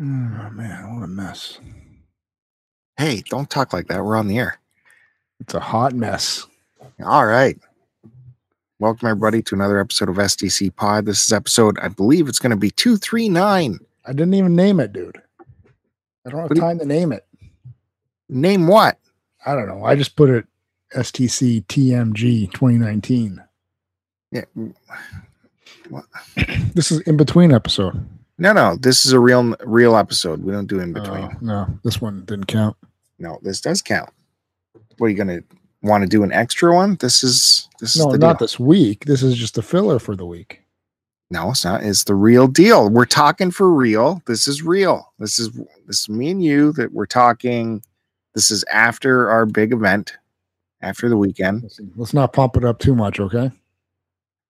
Mm, man, what a mess. Hey, don't talk like that. We're on the air. It's a hot mess. All right. Welcome, everybody, to another episode of SDC Pod. This is episode, I believe it's going to be 239. I didn't even name it, dude. I don't have What do you- time to name it. Name what? I don't know. I just put it STC TMG 2019. Yeah. This is in between episode. No, no. This is a real real episode. We don't do in between. Oh, no, this one didn't count. no, this does count. What are you going to want to do an extra one? This is this No, is the not deal. this week. This is just a filler for the week. No, it's not. It's the real deal. We're talking for real. This is real. This is this is me and you that we're talking. This is after our big event, after the weekend. Listen, let's not pump it up too much, okay?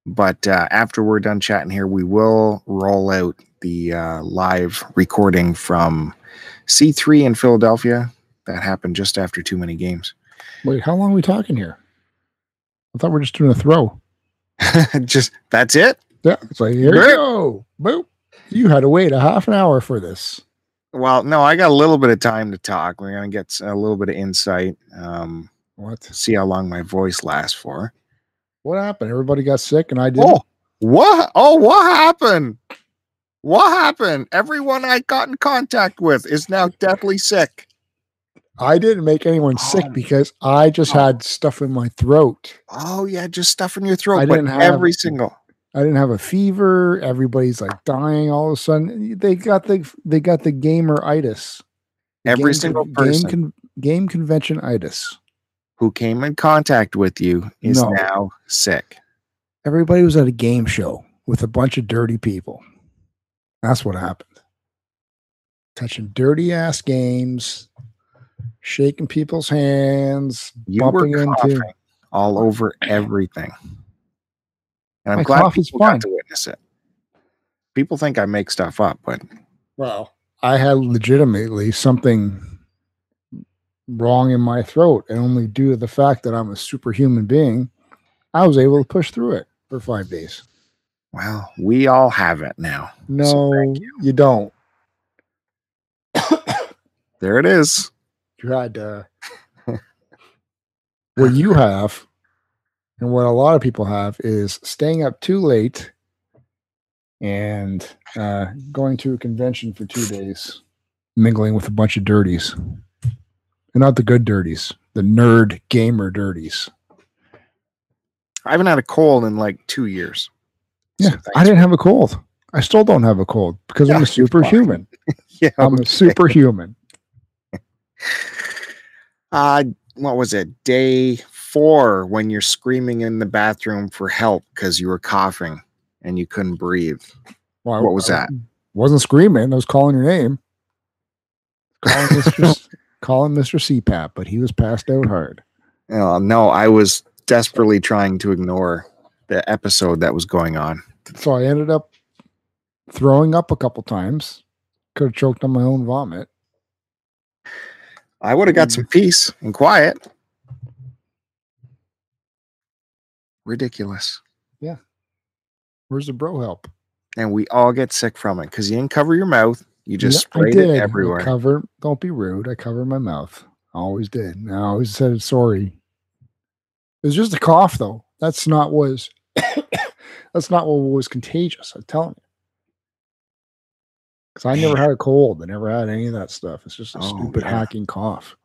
But uh, after we're done chatting here, we will roll out the uh, live recording from C3 in Philadelphia. That happened just after too many games. Wait, how long are we talking here? I thought we were just doing a throw. just that's it. Yeah, it's like here you Great. go. Boop. You had to wait a half an hour for this. Well, no, I got a little bit of time to talk. We're gonna get s- a little bit of insight. Um, What? see how long my voice lasts for. What happened? Everybody got sick, and I did. Oh, what? Oh, what happened? What happened? Everyone I got in contact with is now deathly sick. I didn't make anyone sick Oh. because I just had stuff in my throat. Oh yeah, just stuff in your throat. I but didn't have- every single. I didn't have a fever. Everybody's like dying all of a sudden. They got the they got the gameritis. Game Every single con- person Game, con- game convention itis. who came in contact with you is No. now sick. Everybody was at a game show with a bunch of dirty people. That's what happened. Touching dirty ass games, shaking people's hands. You Bumping were into- coughing all over everything. And I'm My glad cough is people got fine. to witness it. People think I make stuff up, but Well, I had legitimately something wrong in my throat, and only due to the fact that I'm a superhuman being, I was able to push through it for five days. well, we all have it now. No, thank you. don't. There it is. You had uh, what you have, and what a lot of people have is staying up too late and uh, going to a convention for two days, mingling with a bunch of dirties, and not the good dirties, the nerd gamer dirties. I haven't had a cold in like two years. So Yeah, thanks I didn't have a cold. I still don't have a cold because Yeah, I'm a you're superhuman. Yeah. I'm a superhuman. Uh, what was it? Day four when you're screaming in the bathroom for help because you were coughing and you couldn't breathe. Well, I- What was I that? Wasn't screaming. I was calling your name. Calling Mr. S- calling Mr. CPAP, but he was passed out hard. Oh, no, I was desperately trying to ignore the episode that was going on. So I ended up throwing up a couple times. Could have choked on my own vomit. I would have got some Mm. peace and quiet. Ridiculous. Where's the bro help? And we all get sick from it because you didn't cover your mouth. You Yeah, just I sprayed did. it I everywhere. cover. Don't be rude. I cover my mouth. I always did. And I always said sorry. It was just a cough, though. That's not was. that's not what was contagious. I'm telling you. Because I never had a cold. I never had any of that stuff. It's just a Oh, stupid yeah. hacking cough.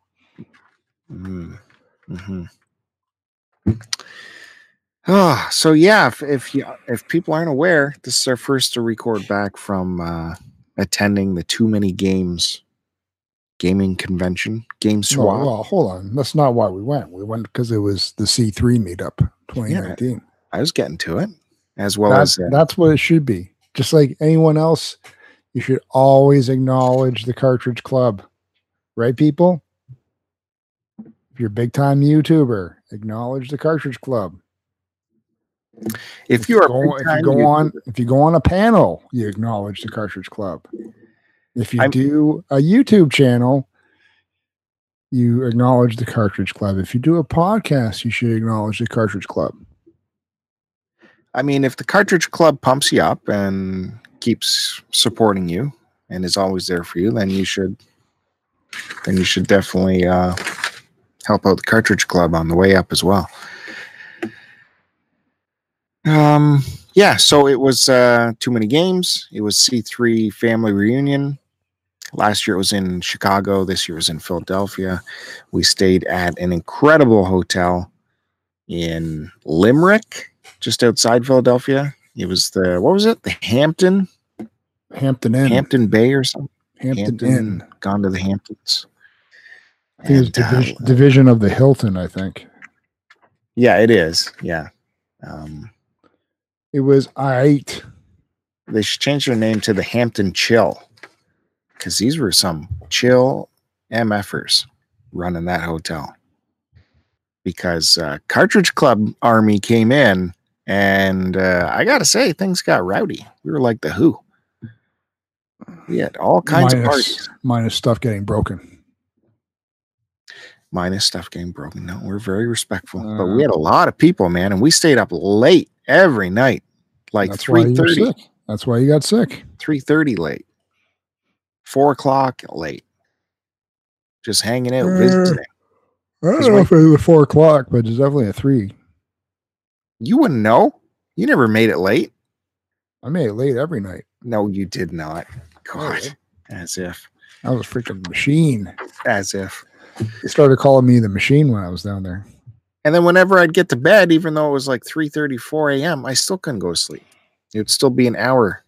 Mm. hmm Mm-hmm. Ah, so yeah, if if, you, if people aren't aware, this is our first to record back from uh, attending the Too Many Games gaming convention, No, Game Swap. well, hold on. That's not why we went. We went because it was the C3 meetup 2019. I was getting to it, as well that's, as uh, that's what it should be. Just like anyone else, you should always acknowledge the Cartridge Club, right, people? If you're a big time YouTuber, acknowledge the Cartridge Club. if you are a go, if you big-time go YouTuber- on if you go on a panel, you acknowledge the Cartridge Club. If you I'm- do a YouTube channel, you acknowledge the Cartridge Club. If you do a podcast, you should acknowledge the Cartridge Club. I mean, if the Cartridge Club pumps you up and keeps supporting you, and is always there for you, then you should then you should definitely uh, help out the Cartridge Club on the way up as well. Um, yeah, so it was uh, too many games. It was C3 family reunion. Last year it was in Chicago. This year it was in Philadelphia. We stayed at an incredible hotel in Limerick, just outside Philadelphia. It was the what was it? The Hampton, Hampton Inn. Hampton Bay or something. Hampton, Inn. Gone to the Hamptons. I think it's And, uh, division, division of the Hilton, I think. yeah, it is. Yeah. Um, It was eight. they should change their name to the Hampton Chill because these were some chill MFers running that hotel. Because uh, Cartridge Club Army came in, and uh, I got to say, things got rowdy. We were like the who. We had all kinds of parties. minus, minus stuff getting broken. minus stuff getting broken. No, we're very respectful, but we had a lot of people, man, and we stayed up late every night, like That's why you were 3.30, sick. That's why you got sick. 3.30 late, four o'clock late, just hanging Mm. out, visiting. I don't That's know why- if it was four o'clock, but it's definitely a three. You wouldn't know. You never made it late. I made it late every night. No, you did not. Oh, God, Alright. as if, I was a freaking machine. as if. They started calling me the machine when I was down there. And then whenever I'd get to bed, even though it was like 3.30, 4 a.m., I still couldn't go to sleep. It would still be an hour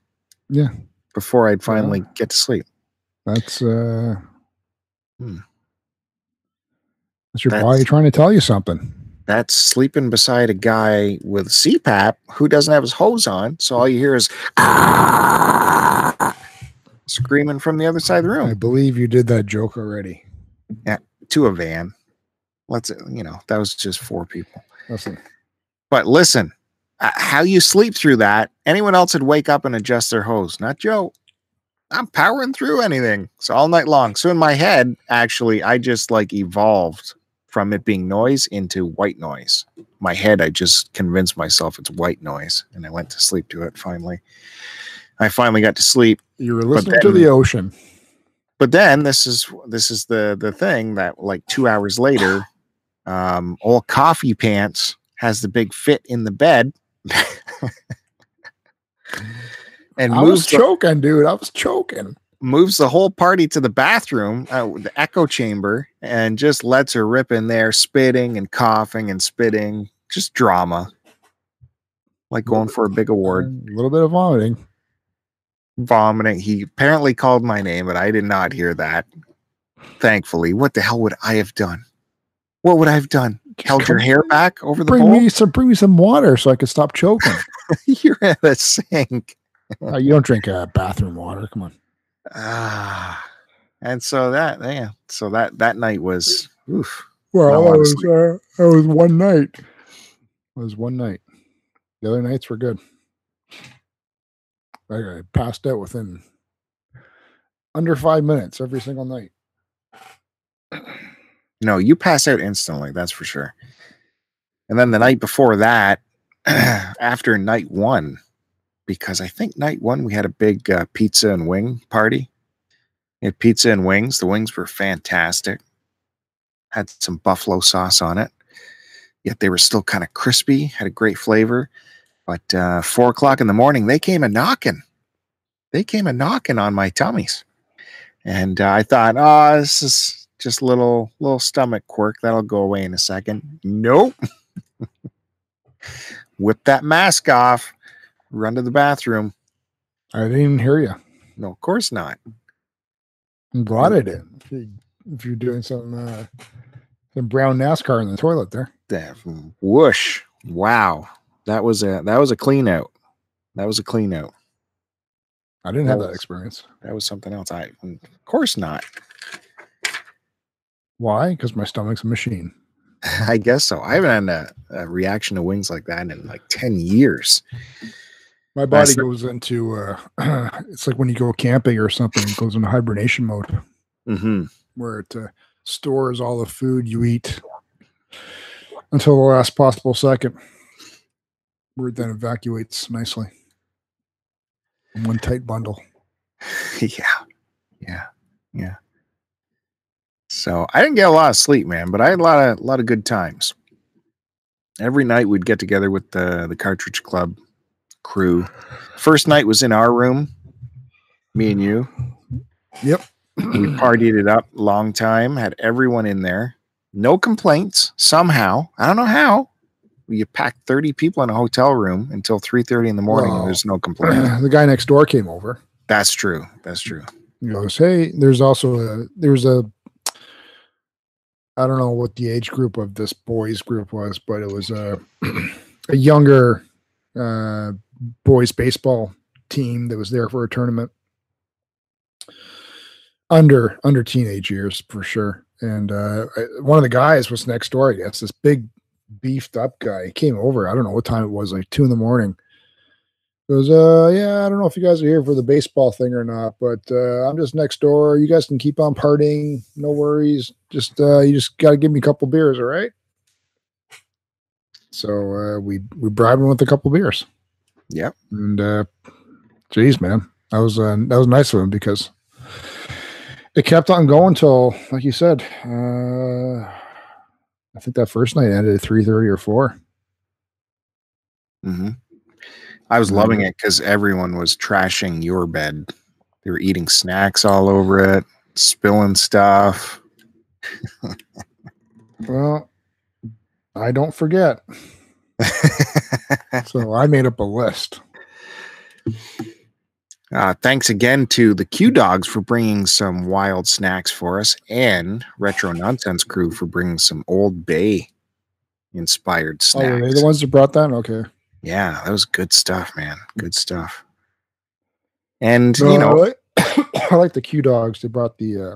Yeah. before I'd finally get to sleep. That's uh Hmm. that's your That's- body trying to tell you something. that's sleeping beside a guy with CPAP who doesn't have his hose on. So all you hear is screaming from the other side of the I room believe you did that joke already. to a van. Let's, you know, that was just four people. Listen, But listen, uh, how you sleep through that, anyone else would wake up and adjust their hose, not Joe. I'm powering through anything. So all night long. So in my head, actually, I just like evolved from it being noise into white noise. My head, I just convinced myself it's white noise and I went to sleep to it finally. I finally got to sleep you were listening to then- the ocean. but then this is this is the the thing that like two hours later um old coffee pants has the big fit in the bed and I was moves the, choking, dude. I was choking. moves the whole party to the bathroom uh, the echo chamber and just lets her rip in there spitting and coughing and spitting just drama like going for a big award A little bit of vomiting. vomiting. He apparently called my name, but I did not hear that. Thankfully, what the hell would I have done? What would I have done? Held your Come- hair back over the Bring bowl? me some bring me some water so I could stop choking. You're at a sink. Uh, you don't drink uh, bathroom water. Come on. Ah, and so that yeah, so that that night was oof. I Well, I wanna was, uh, I was one night. It was one night. The other nights were good. I, I passed out within under five minutes every single night. No, you pass out instantly. That's for sure. And then the night before that, after night one, because I think night one we had a big uh, pizza and wing party. We had pizza and wings. The wings were fantastic. Had some buffalo sauce on it, yet they were still kind of crispy. Had a great flavor. But uh, four o'clock in the morning, they came a knocking. They came a knocking on my tummies, and uh, I thought, oh, this is just little little stomach quirk. That'll go away in a second. Nope whip that mask off, run to the bathroom. I didn't even hear you. No, of course not. I'm glad I did. If, you, if you're doing some uh, some brown NASCAR in the toilet there, That whoosh. Wow. That was a that was a clean out. That was a clean out. I didn't have That that was- experience. That was something else. I of course not. Why? Because my stomach's a machine. I guess so. I haven't had a, a reaction to wings like that in like 10 years. My body stomach- goes into uh, it's like when you go camping or something, it goes into hibernation mode. Mm-hmm. where it uh, stores all the food you eat until the last possible second, where it then evacuates nicely in one tight bundle. yeah. Yeah. So I didn't get a lot of sleep, man, but I had a lot of lot of good times. Every night we'd get together with the the cartridge club crew. First night was in our room, me and you. Yep. We partied it up long time, had everyone in there. No complaints somehow. I don't know how. You packed 30 people in a hotel room until 3:30 in the morning Wow. and there's no complaint. the guy next door came over. That's true. That's true. He goes, "Hey, there's also a there's a I don't know what the age group of this boys group was, but it was a a younger uh, boys baseball team that was there for a tournament under under teenage years for sure. And uh, I- one of the guys was next door. I guess this big beefed up guy He came over. I don't know what time it was, like two in the morning goes, uh, yeah, I don't know if you guys are here for the baseball thing or not, but uh, I'm just next door. You guys can keep on partying, no worries. Just uh, you just got to give me a couple beers, all right? So uh, we we bribed him with a couple beers. Yep. And uh, geez, man, that was uh, that was nice of him because it kept on going till, like you said, uh, I think that first night ended at three thirty or four. hmm I was Mhm. loving it because everyone was trashing your bed. They were eating snacks all over it, spilling stuff. Well, I don't forget. So I made up a list. Uh, thanks again to the Q Dogs for bringing some wild snacks for us and Retro Nonsense Crew for bringing some Old Bay inspired Oh, snacks. were they the ones that brought that? Okay. yeah, that was good stuff, man. Good stuff. And, No, you know, I, like, I like the Q dogs. They brought the uh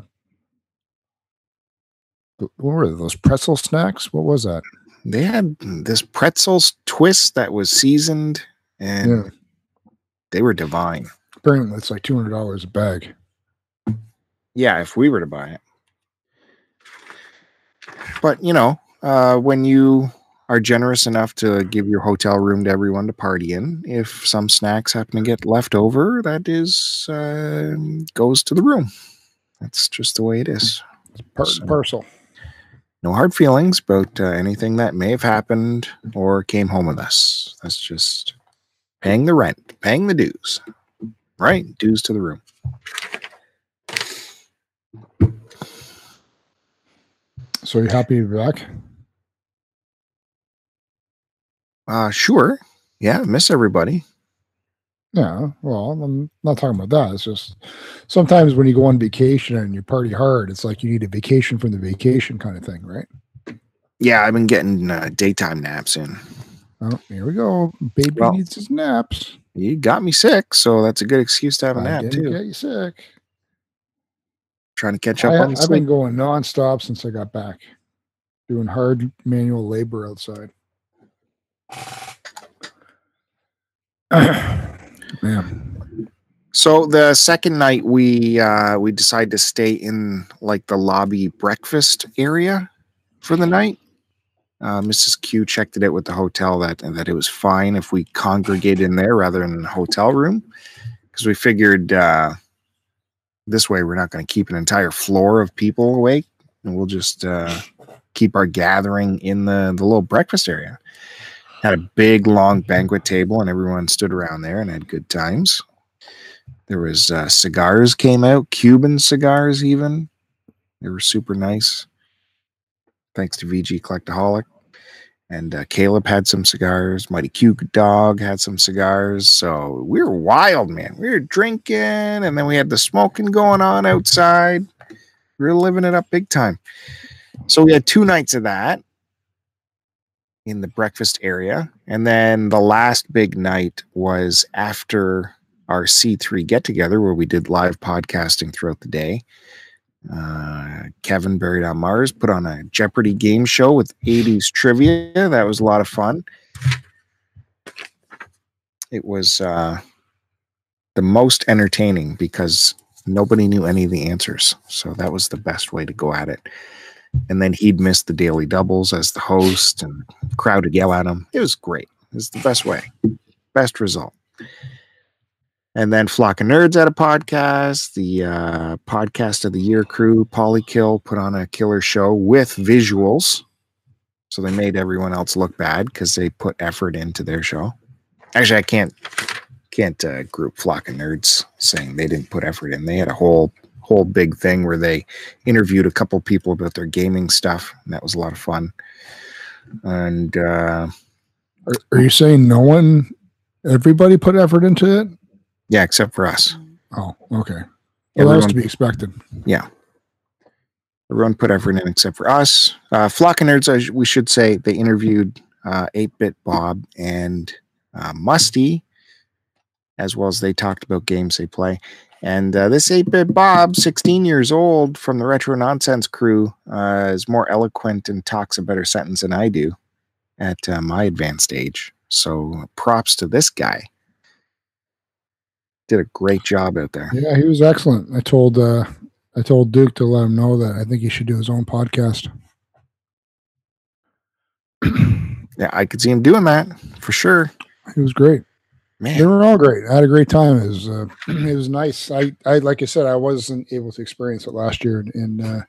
the- what were those pretzel snacks? What was that? they had this pretzels twist that was seasoned and Yeah. they were divine. Apparently it's like two hundred dollars a bag. Yeah, if we were to buy it. But you know, uh, when you are generous enough to give your hotel room to everyone to party in, if some snacks happen to get left over, that is uh, goes to the room. That's just the way it is. Part So- and parcel. No hard feelings about uh, anything that may have happened or came home with us. That's just paying the rent, paying the dues, right? Dues to the room. So you happy to be back? Uh, sure. Yeah, miss everybody. Yeah. Well, I'm not talking about that. It's just sometimes when you go on vacation and you party hard, it's like you need a vacation from the vacation kind of thing, right? Yeah, I've been getting uh, daytime naps in. Oh, here we go. Baby Well, needs his naps. You got me sick, so that's a good excuse to have a I nap didn't too. get you sick. Trying to catch up I, on I've been sleep. going nonstop since I got back, doing hard manual labor outside. Man, So the second night we uh, we decided to stay in like the lobby breakfast area for the night. Uh, Mrs. Q checked it out with the hotel that that it was fine if we congregated in there rather than in the hotel room because we figured uh, this way we're not going to keep an entire floor of people awake and we'll just uh, keep our gathering in the the little breakfast area. Had a big long banquet table and everyone stood around there and had good times. There was uh, cigars came out, Cuban cigars even. They were super nice. Thanks to VG Collectaholic. And uh, Caleb had some cigars. Mighty Cute Dog had some cigars. So we were wild, man. We were drinking, and then we had the smoking going on outside. We were living it up big time. So we had two nights of that in the breakfast area. And then the last big night was after our C3 get together where we did live podcasting throughout the day. Uh, Kevin Buried on Mars put on a Jeopardy game show with 80s trivia. That was a lot of fun. It was uh, the most entertaining because nobody knew any of the answers. So that was the best way to go at it. And then he'd miss the daily doubles as the host and crowd would yell at him. It was great. It was the best way, best result. And then Flock of Nerds had a podcast. The uh, podcast of the year crew, Polykill, put on a killer show with visuals. So they made everyone else look bad because they put effort into their show. Actually, I can't can't uh, group Flock of Nerds saying they didn't put effort in. They had a whole whole big thing where they interviewed a couple people about their gaming stuff, and that was a lot of fun. And uh, Are, are you saying no one, everybody put effort into it? yeah, except for us, Oh, okay. Well, that was to Everyone- be expected. Everyone put effort in except for us. Uh, Flock of Nerds, I sh- we should say, they interviewed uh, 8-Bit Bob and uh, Musty, as well as they talked about games they play. And uh, this 8-Bit Bob, 16 years old, from the Retro Nonsense crew, uh, is more eloquent and talks a better sentence than I do at uh, my advanced age. So props to this guy. Did a great job out there. Yeah, he was excellent. I told uh I told Duke to let him know that I think he should do his own podcast. he Yeah, I could see him doing that for sure. was great. Man. They were all great. I had a great time. It was uh, it was nice. I, I like I said, I wasn't able to experience it last year in uh,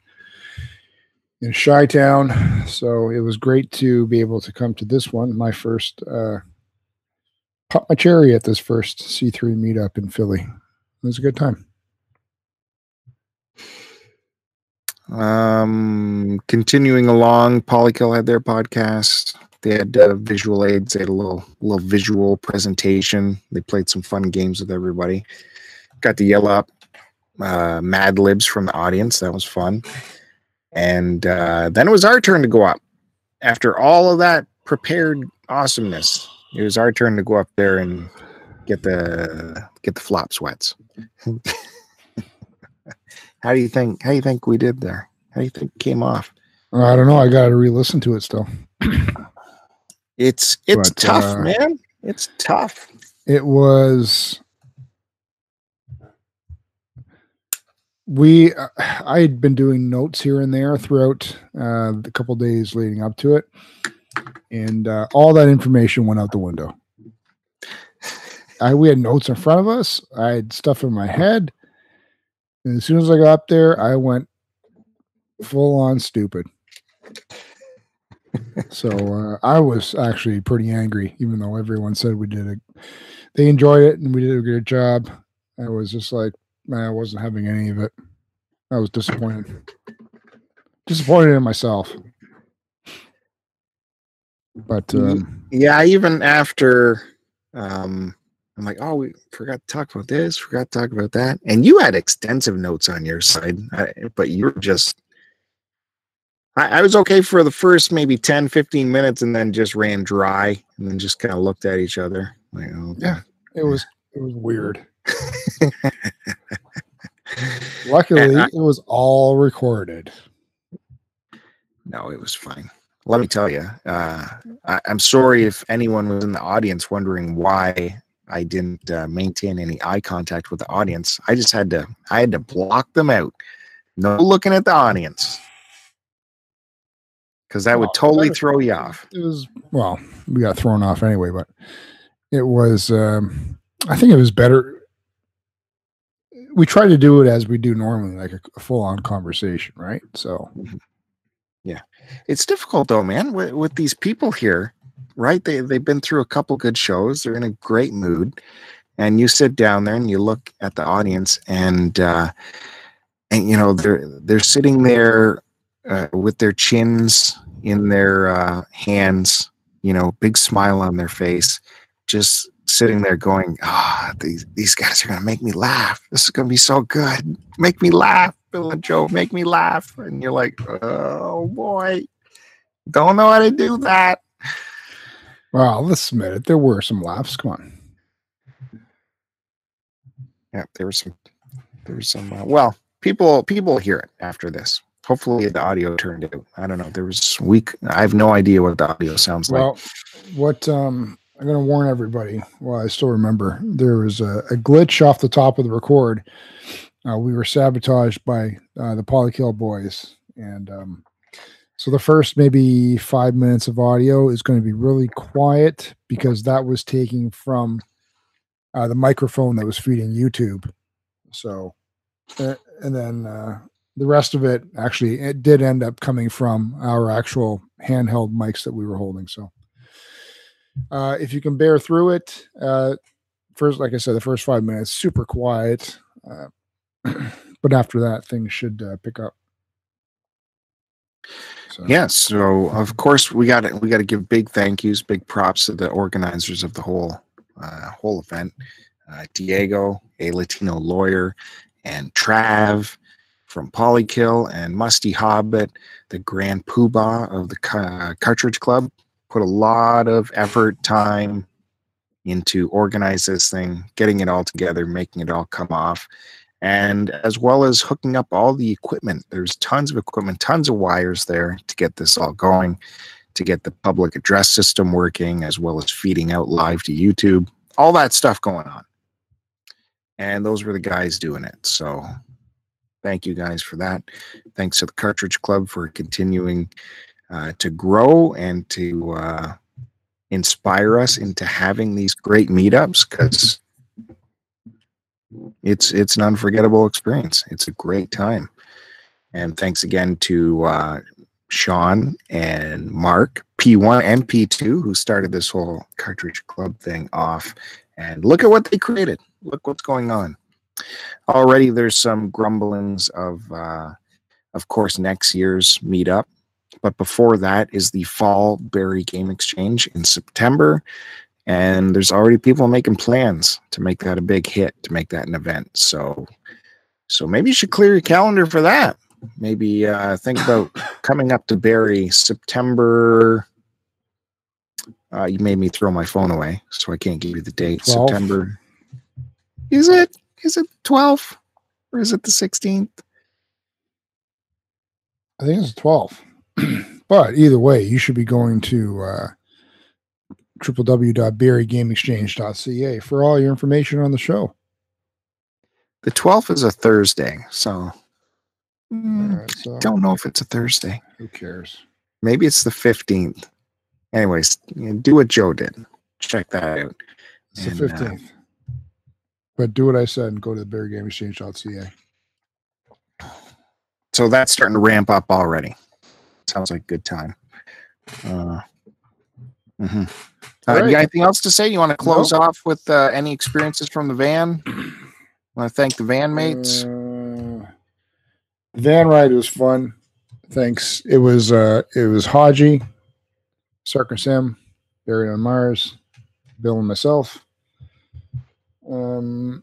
in Chi Town, so it was great to be able to come to this one. My first uh, pop my cherry at this first C three meetup in Philly. It was a good time. Um, continuing along, Polykill had their podcast. They had uh, visual aids. They had a little little visual presentation. They played some fun games with everybody. Got the yell up, uh, Mad Libs from the audience. That was fun. And uh, then it was our turn to go up. After all of that prepared awesomeness, it was our turn to go up there and get the get the flop sweats. how do you think? How do you think we did there? How do you think it came off? I don't know. I got to re-listen to it still. It's it's But, tough, uh, man. It's tough. it was we uh, i had been doing notes here and there throughout uh, the couple days leading up to it and uh, all that information went out the window I, we had notes in front of us i had stuff in my head and as soon as i got up there i went full on stupid so uh, i was actually pretty angry even though everyone said we did a they enjoyed it and we did a good job. I was just like, man, I wasn't having any of it. I was disappointed. Disappointed in myself. But Ye- um, Yeah, even after um I'm like, oh, we forgot to talk about this, forgot to talk about that. And you had extensive notes on your side, I, but you were just I, I was okay for the first maybe 10, 15 minutes and then just ran dry and then just kind of looked at each other. Like, oh Yeah. it was it was weird. Luckily, I- it was all recorded. No, it was fine. Let me tell you, uh, I, I'm sorry if anyone was in the audience wondering why I didn't uh, maintain any eye contact with the audience. I just had to, I had to block them out. No looking at the audience, because that would Well, totally better- throw you off. It was well, we got thrown off anyway, but it was um I think it was better we tried to do it as we do normally, like a, a full on conversation, right? So It's difficult though, man, with, with these people here, right? They they've been through a couple good shows. They're in a great mood, and you sit down there and you look at the audience, and uh, and you know they're they're sitting there uh, with their chins in their uh, hands, you know, big smile on their face, just sitting there going, "Ah, these these guys are gonna make me laugh. This is gonna be so good. Make me laugh." Bill and Joe make me laugh, and you're like, oh boy, don't know how to do that. Well, let's admit it. There were some laughs. Come on. Yeah, there was some, there was some. Uh, well, people people hear it after this. Hopefully, the audio turned out. I don't know. There was weak. I have no idea what the audio sounds like. Well, what um, I'm going to warn everybody. Well, I still remember there was a, a glitch off the top of the record. Uh, we were sabotaged by uh, the Polykill boys, and um, so the first maybe five minutes of audio is going to be really quiet because that was taking from uh, the microphone that was feeding YouTube. So, uh, and then uh, the rest of it actually it did end up coming from our actual handheld mics that we were holding. So, uh, if you can bear through it, uh, first, like I said, the first five minutes super quiet, uh, but after that, things should uh, pick up. So, Yeah, so of course we got to we got to give big thank yous, big props to the organizers of the whole uh, whole event. Uh, Diego, a Latino lawyer, and Trav from Polykill and Musty Hobbit, the grand poobah of the Ca- Cartridge Club, put a lot of effort, time into organize this thing, getting it all together, making it all come off, and as well as hooking up all the equipment. There's tons of equipment, tons of wires there to get this all going, to get the public address system working, as well as feeding out live to YouTube, all that stuff going on. And those were the guys doing it. So thank you guys for that. Thanks to the Cartridge Club for continuing uh, to grow and to uh, inspire us into having these great meetups because it's it's an unforgettable experience. It's a great time. And thanks again to uh, Sean and Mark, P1 and P2, who started this whole Cartridge Club thing off. And look at what they created. Look what's going on. Already there's some grumblings of, uh, of course, next year's meetup. But before that is the Fall Berry Game Exchange in September and there's already people making plans to make that a big hit to make that an event so so maybe you should clear your calendar for that maybe uh think about coming up to barry september uh you made me throw my phone away so i can't give you the date 12th. september is it is it 12th or is it the 16th I think it's 12. but either way, you should be going to uh, www.berrygameexchange.ca for all your information on the show. the 12th is a thursday so All mm, right, so don't know if it's a thursday who cares? Maybe it's the 15th. Anyways, you know, do what Joe did. Check that out. It's the And, uh, 15th. but do what I said and go to the berrygameexchange.ca. So that's starting to ramp up already. Sounds like a good time. Uh, mhm. Uh, All You right. got anything else to say? You want to close off with uh, any experiences from the van? Want to thank the van mates? Uh, van ride was fun. Thanks. It was uh it was Haji, Circus M, Buried on Mars, Bill and myself. Um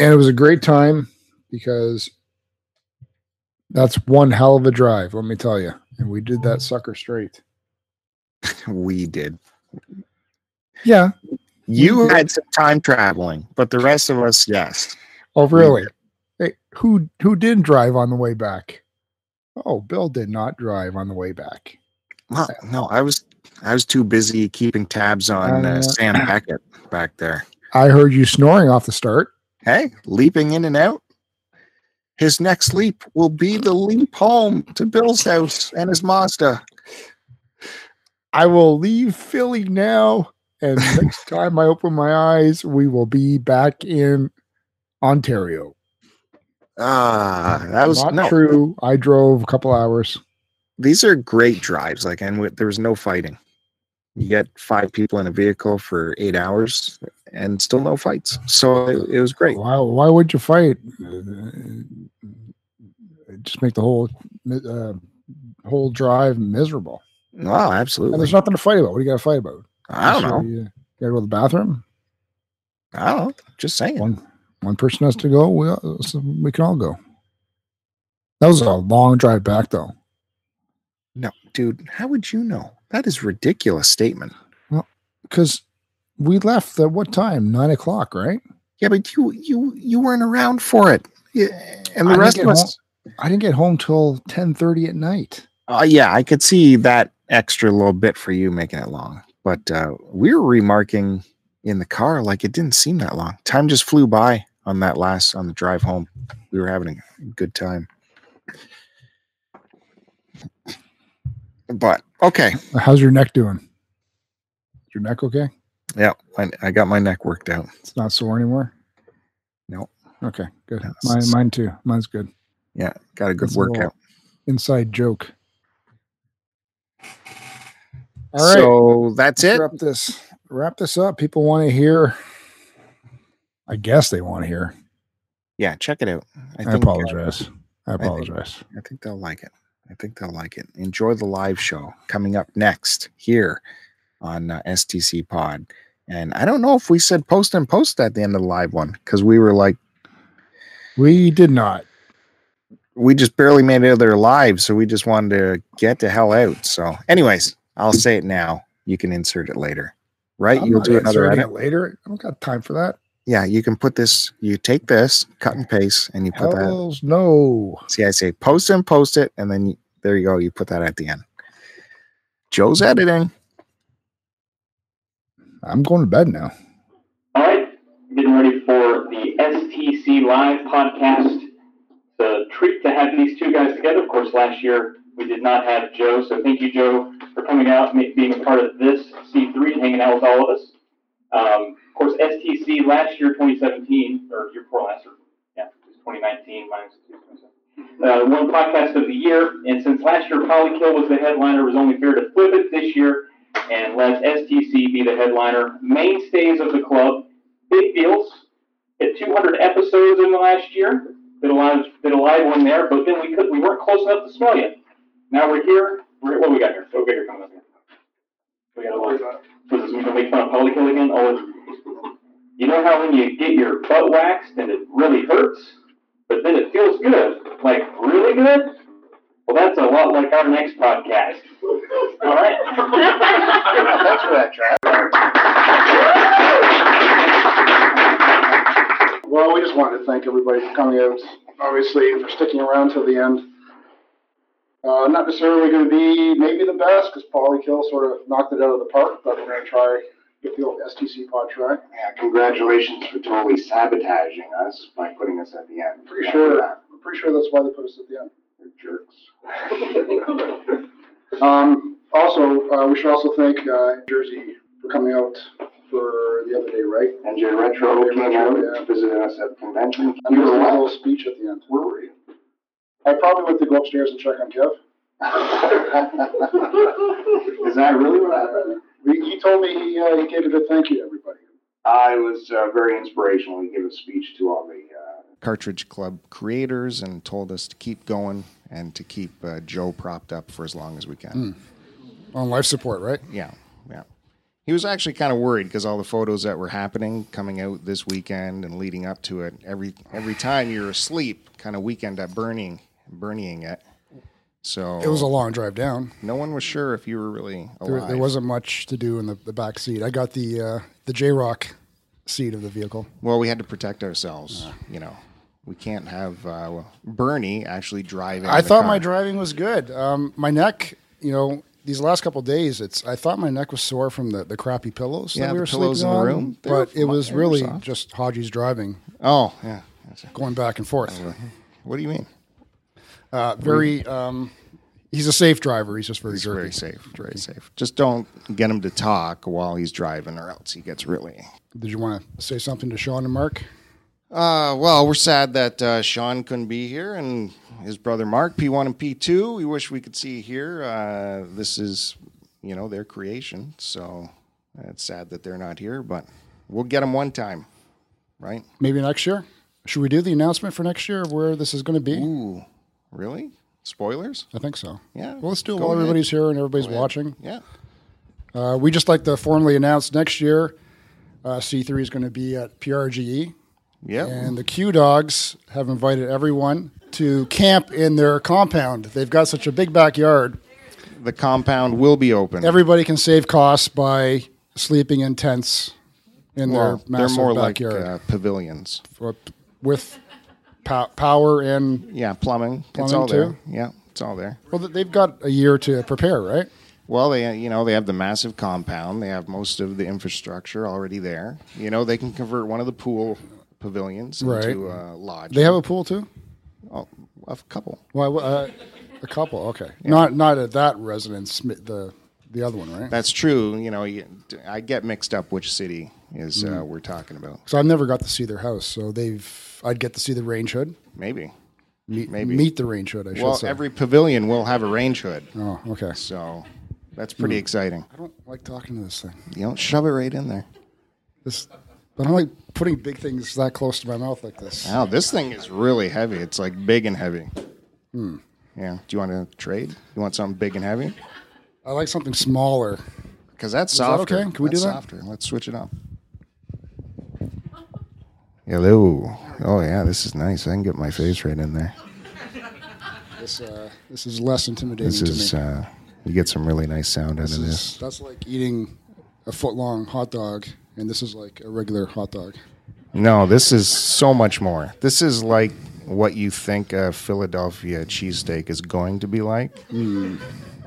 and it was a great time because that's one hell of a drive, let me tell you. And we did that sucker straight. We did. Yeah. You did. had some time traveling, but the rest of us, yes. Oh, really? Hey, who who didn't drive on the way back? Oh, Bill did not drive on the way back. Well, no, I was I was too busy keeping tabs on Uh, uh, Sam Beckett back there. I heard you snoring off the start. hey, leaping in and out. His next leap will be the leap home to Bill's house and his Mazda. I will leave Philly now. And next time I open my eyes, we will be back in Ontario. Ah, that was not no. true. I drove a couple hours. These are great drives. Like, and with, there was no fighting. You get five people in a vehicle for eight hours, and still no fights. So it, it was great. Why, why would you fight? Uh, Just make the whole mi- uh, whole drive miserable. Oh, And absolutely. there's nothing to fight about. What do you got to fight about? I don't know. You gotta go to the bathroom. I don't know. Just saying. One one person has to go. We all, so we can all go. That was a long drive back though. Dude, how would you know? That is ridiculous statement. because we left at what time? Nine o'clock, right? Yeah, but you you you weren't around for it. Yeah, And I the didn't rest get of us home- I didn't get home till ten thirty at night. Uh, yeah, I could see that extra little bit for you making it long, but uh, we were remarking in the car like it didn't seem that long. Time just flew by on that last on the drive home. We were having a good time. But okay, How's your neck doing? Is your neck okay? Yeah, I, I got my neck worked out. It's not sore anymore. Nope. Okay, good. No, Mine, it's- mine too. Mine's good. Yeah, got a good That's a little- workout. Inside joke. All right. So that's let's it. Wrap this. Wrap this up. People want to hear. I guess they want to hear. Yeah, check it out. I, I, think, uh, apologize. I think- apologize. I think they'll like it. I think they'll like it. Enjoy the live show coming up next here on uh, STC Pod. And I don't know if we said post and post at the end of the live one because we were like, we did not. we just barely made it out of there live. So we just wanted to get the hell out. So, anyways, I'll say it now. You can insert it later, right? I'm You'll not do another inserting edit. it later. I don't got time for that. Yeah, you can put this, you take this, cut and paste, and you put that. Hells no. See, I say post and post it, and then you, there you go. You put that at the end. Joe's editing. I'm going to bed now. All right, getting ready for the STC Live podcast. It's a treat to have these two guys together. Of course, last year we did not have Joe, so thank you, Joe, for coming out and being a part of this C3 and hanging out with all of us. Um, of course, STC last year, 2017, or year before last, or yeah, it was 2019 minus two, 2017. uh, one podcast of the year. And since last year Polykill was the headliner, it was only fair to flip it this year and let STC be the headliner. Mainstays of the club, big deals. Hit 200 episodes in the last year. Did a live, did a live one there, but then we could we weren't close enough to smell yet. Now we're here. We're, what do we got here? What we got here coming up here? We got a lot. Was this we gonna make fun of Polykill again? Oh, you know how when you get your butt waxed and it really hurts, but then it feels good, like really good. Well, that's a lot like our next podcast. All right. Thanks for that, Trav. Well, we just wanted to thank everybody for coming out, obviously, and for sticking around till the end. Uh, not necessarily going to be maybe the best because Polykill sort of knocked it out of the park, but we're going to try get the old STC pod try. Yeah, congratulations for totally sabotaging us by putting us at the end. Pretty sure. I'm pretty sure that's why they put us at the end. You're jerks. Um, also, uh, we should also thank uh, Jersey for coming out for the other day, right? And your retro came out Yeah. and visited us at convention. And You there was were a what? little speech at the end. Where were you? I probably went to go upstairs and check on Kev. Is that really what happened? He, he told me he, uh, he gave a good thank you to everybody. I was uh, very inspirational. He gave a speech to all the uh, Cartridge Club creators and told us to keep going and to keep uh, Joe propped up for as long as we Hmm. can. On life support, right? Yeah, yeah. He was actually kind of worried because all the photos that were happening coming out this weekend and leading up to it, every every time you're asleep, kind of weekend up burning, burning it. So It was a long drive down. no one was sure if you were really alive. There, there wasn't much to do in the, the back seat. I got the uh, the J Rock seat of the vehicle. Well, we had to protect ourselves. You know, we can't have uh, Bernie actually driving. I the thought car. my driving was good. Um, my neck, you know, these last couple of days, it's I thought my neck was sore from the, the crappy pillows Yeah, that we the were pillows sleeping in the on, room, they but were it fine, was they were really soft. just Hodges driving, Oh yeah. That's it. going back and forth. What do you mean? Uh, very, um, he's a safe driver. He's just very He's jerky. very safe. Very safe. Just don't get him to talk while he's driving, or else he gets really. Did you want to say something to Sean and Mark? Uh, well, we're sad that uh, Sean couldn't be here, and his brother Mark, P1 and P2. We wish we could see you here. Uh, this is, you know, their creation. So it's sad that they're not here, but we'll get them one time, right? Maybe next year. Should we do the announcement for next year of where this is going to be? Ooh, really? Spoilers? I think so. Yeah. Well, let's do it Go while ahead. everybody's here and everybody's watching. Yeah. Uh, we just like to formally announce next year, uh, C3 is going to be at PRGE, Yeah. and the Q Dogs have invited everyone to camp in their compound. They've got such a big backyard. the compound will be open. Everybody can save costs by sleeping in tents in their well, they're massive more like backyard uh, pavilions. uh, with pow- power and Yeah, plumbing. it's Plumbing all there. too? Yeah, it's all there. well, they've got a year to prepare, right? Well, they you know they have the massive compound. They have most of the infrastructure already there. You know they can convert one of the pool pavilions Right. into a lodge. They have a pool too. oh, a couple. Why? wh- Uh, a couple. Okay. Not not at that residence. m- The the other one, right? That's true. You know, you, I get mixed up which city is Mm. uh, we're talking about. So I've never got to see their house. So they've I'd get to see the range hood. Maybe. Meet, Maybe. meet the range hood. I should Well, say. every pavilion will have a range hood, oh, okay. so that's Hmm. pretty exciting. I don't like talking to this thing. You don't shove it right in there. This, I don't like putting big things that close to my mouth like this. Wow, this thing is really heavy. It's like big and heavy. Hmm. Yeah. Do you want to trade? You want something big and heavy? I like something smaller. Because that's that softer. okay? Can we do That's that? Softer. Let's switch it up. Hello. Oh yeah, this is nice. I can get my face right in there. This uh, this is less intimidating This to is. me. Uh, you get some really nice sound out of this. that's like eating a foot long hot dog, and this is like a regular hot dog. No, this is so much more. This is like what you think a Philadelphia cheesesteak is going to be like.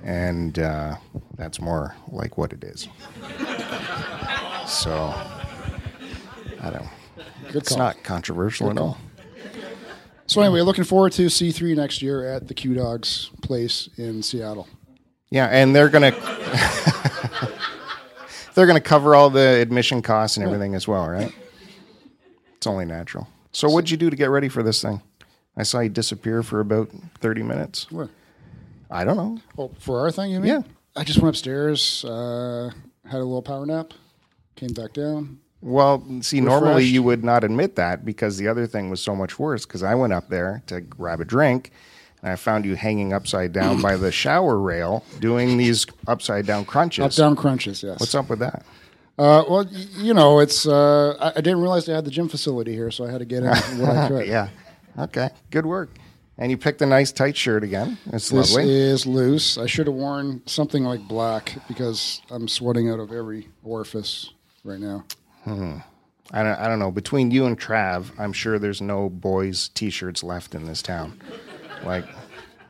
And uh, that's more like what it is. so, I don't. Good It's call. not controversial at all. So anyway, looking forward to C3 next year at the Q Dogs place in Seattle. Yeah, and they're gonna they're gonna cover all the admission costs and everything as well, right? It's only natural. So, what'd you do to get ready for this thing? I saw you disappear for about thirty minutes. What? I don't know. Oh, for our thing, you mean? Yeah. I just went upstairs, uh, had a little power nap, came back down. Well, see, normally Refreshed. you would not admit that because the other thing was so much worse. Because I went up there to grab a drink, and I found you hanging upside down by the shower rail doing these upside down crunches. Up down crunches, yes. What's up with that? Uh, well, y- you know, it's uh, I, I didn't realize they had the gym facility here, so I had to get in what I could. Yeah. Okay. Good work. And you picked a nice tight shirt again. It's This lovely. is loose. I should have worn something like black because I'm sweating out of every orifice right now. I don't, I don't know. Between you and Trav, I'm sure there's no boys' t shirts left in this town. like,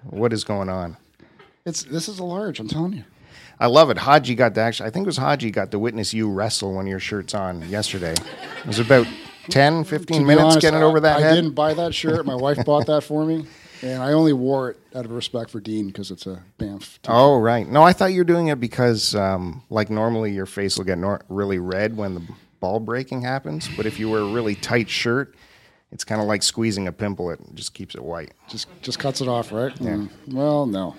what is going on? It's this is a large. I'm telling you. I love it. Haji got the actually, I think it was Haji got to witness you wrestle when your shirt's on yesterday. It was about 10, 15 To be Hmm, minutes honest, getting I- over that I head. didn't buy that shirt. My wife bought that for me, and I only wore it out of respect for Dean because it's a Banff. t- Oh, right. No, I thought you were doing it because, um, like, normally your face will get nor- really red when the ball breaking happens. But if you wear a really tight shirt, it's kind of like squeezing a pimple. It just keeps it white. Just just cuts it off, right? Mm, well, no.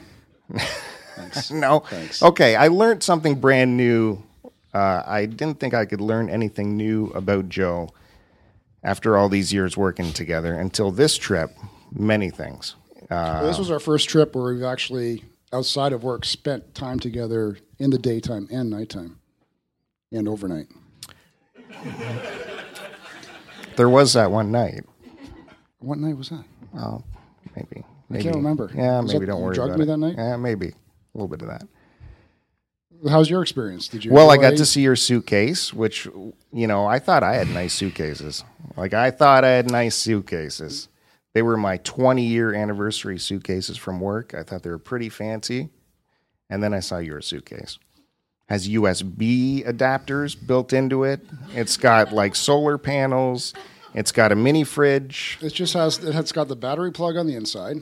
No. Thanks. Okay. I learned something brand new. Uh, I didn't think I could learn anything new about Joe after all these years working together until this trip. Many things. Uh, Well, this was our first trip where we've actually, outside of work, spent time together in the daytime and nighttime, and overnight. There was that one night. What night was that? Oh, maybe. maybe. can't remember. Yeah, Was maybe that- don't you worry drugged about me it. that night? Yeah, maybe. A little bit of that. How's your experience? Did you? Well, I got enjoy- to see your suitcase, which you know, I thought I had nice suitcases. Like I thought I had nice suitcases. They were my 20 year anniversary suitcases from work. I thought they were pretty fancy. And then I saw your suitcase. Has USB adapters built into it. It's got like solar panels. It's got a mini fridge. It just has. It has got the battery plug on the inside,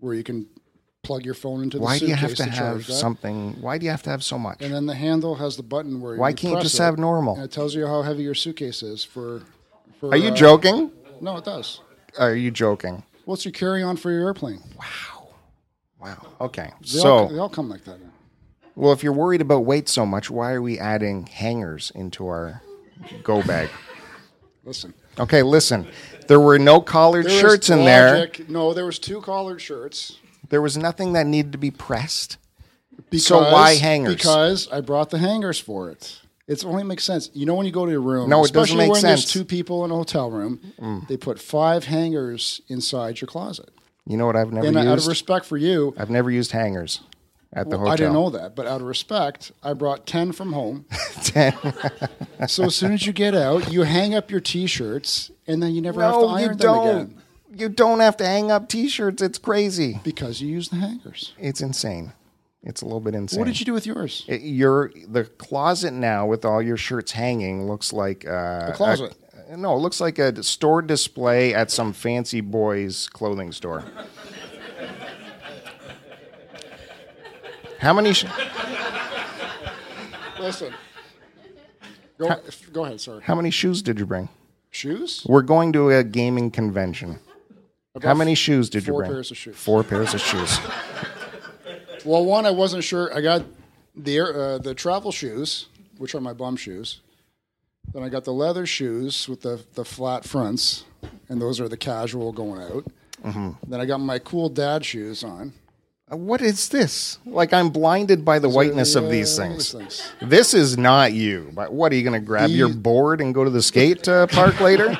where you can plug your phone into the Why do you suitcase have to charge have that. something? Why do you have to have so much? And then the handle has the button where. Why you can't you press just it, have normal? And it tells you how heavy your suitcase is for. for Are you uh, joking? No, it does. Are you joking? What's your carry-on for your airplane? Wow. Okay. They so all, they all come like that. Now. Well, if you're worried about weight so much, why are we adding hangers into our go bag? Listen, Okay, listen. There were no collared There shirts was in there. logic- No, there was two collared shirts. There was nothing that needed to be pressed. Because, So why hangers? Because I brought the hangers for it. It only makes sense. You know when you go to your room, No, it doesn't especially make when sense. Mm. there's two people in a hotel room, they put five hangers inside your closet. You know what I've never And out of used? respect for you, I've never used hangers at the hotel. I didn't know that, but out of respect, I brought 10 from home. 10. so as soon as you get out, you hang up your t-shirts and then you never have to no, iron you them don't. again You don't have to hang up t-shirts. It's crazy. because you use the hangers. It's insane. It's a little bit insane. What did you do with yours? It, Uh, your the closet now with all your shirts hanging looks like uh, a closet. no, it looks like a store display at some fancy boys clothing store. How many? Sh- Listen. Go, go ahead, sir. How many shoes did you bring? Shoes? We're going to a gaming convention. How About many shoes did you Four bring? pairs of shoes. Four pairs of shoes. Well, one I wasn't sure. I got the air- uh, the travel shoes, which are my bum shoes. Then I got the leather shoes with the the flat fronts, and those are the casual going out. Mm-hmm. Then I got my cool dad shoes on. Uh, What is this? Like I'm blinded by the whiteness of these Uh, things. things. This is not you. But what are you going to grab your These- board and go to the skate uh, park later?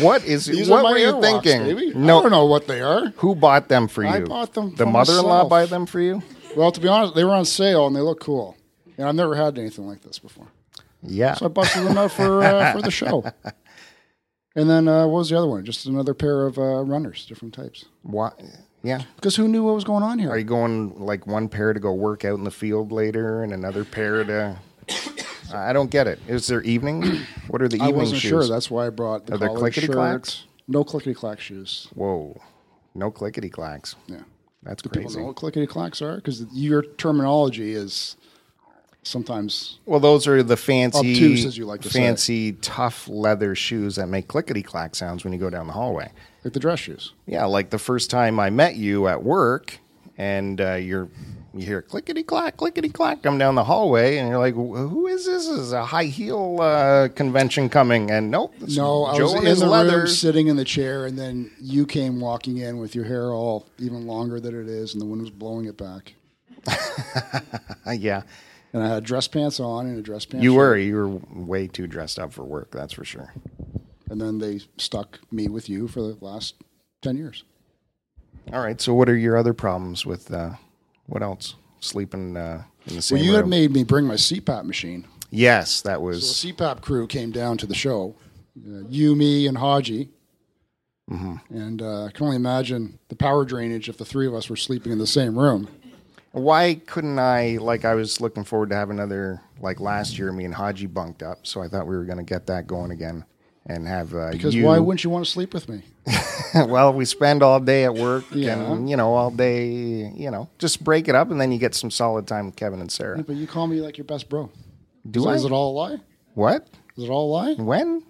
What is These what are my were you Airwalks, thinking? baby. No, I don't know what they are. who bought them for you? I bought them The for mother-in-law myself. buy them for you? Well, to be honest, they were on sale and they look cool. And I've never had anything like this before. Yeah. So I busted them out for uh, for the show. And then uh, what was the other one? Just another pair of uh, runners, different types. Why- Yeah. Because who knew what was going on here? Are you going like one pair to go work out in the field later and another pair to? I don't get it. Is there evening? What are the I evening wasn't shoes? sure. That's why I brought the Are there collared clickety-clacks? shirt. No clickety clack shoes. Whoa, no clickety clacks. Yeah. That's People know crazy. what clickety clacks are because your terminology is sometimes Well, those are the fancy, Obtuse, as you like to say. fancy tough leather shoes that make clickety clack sounds when you go down the hallway. like the dress shoes. Yeah, like the first time I met you at work, and uh, you're you hear clickety clack, clickety clack come down the hallway, and you're like, "Wh- "Who is this? This Is a high heel uh, convention coming?" And nope, it's No, I Joe was and in his the room leathers. sitting in the chair, and then you came walking in with your hair all even longer than it is, and the wind was blowing it back. Uh, yeah, And I had dress pants on and a dress pants. you were you were way too dressed up for work. That's for sure. And then they stuck me with you for the last 10 years. All right, so what are your other problems with uh, what else? Sleeping uh, in the same Well, you room. had made me bring my CPAP machine. yes, that So was the CPAP crew came down to the show, uh, you, me, and Haji. Mm-hmm. And uh, I can only imagine the power drainage if the three of us were sleeping in the same room. Why couldn't I like I was looking forward to have another like last year me and Haji bunked up, so I thought we were going to get that going again and have uh, Because you- why wouldn't you want to sleep with me? well we spend all day at work Yeah. and you know all day you know just break it up and then you get some solid time with Kevin and Sarah. But you call me like your best bro. Do so I? Is it all a lie? what? Is it all a lie? When?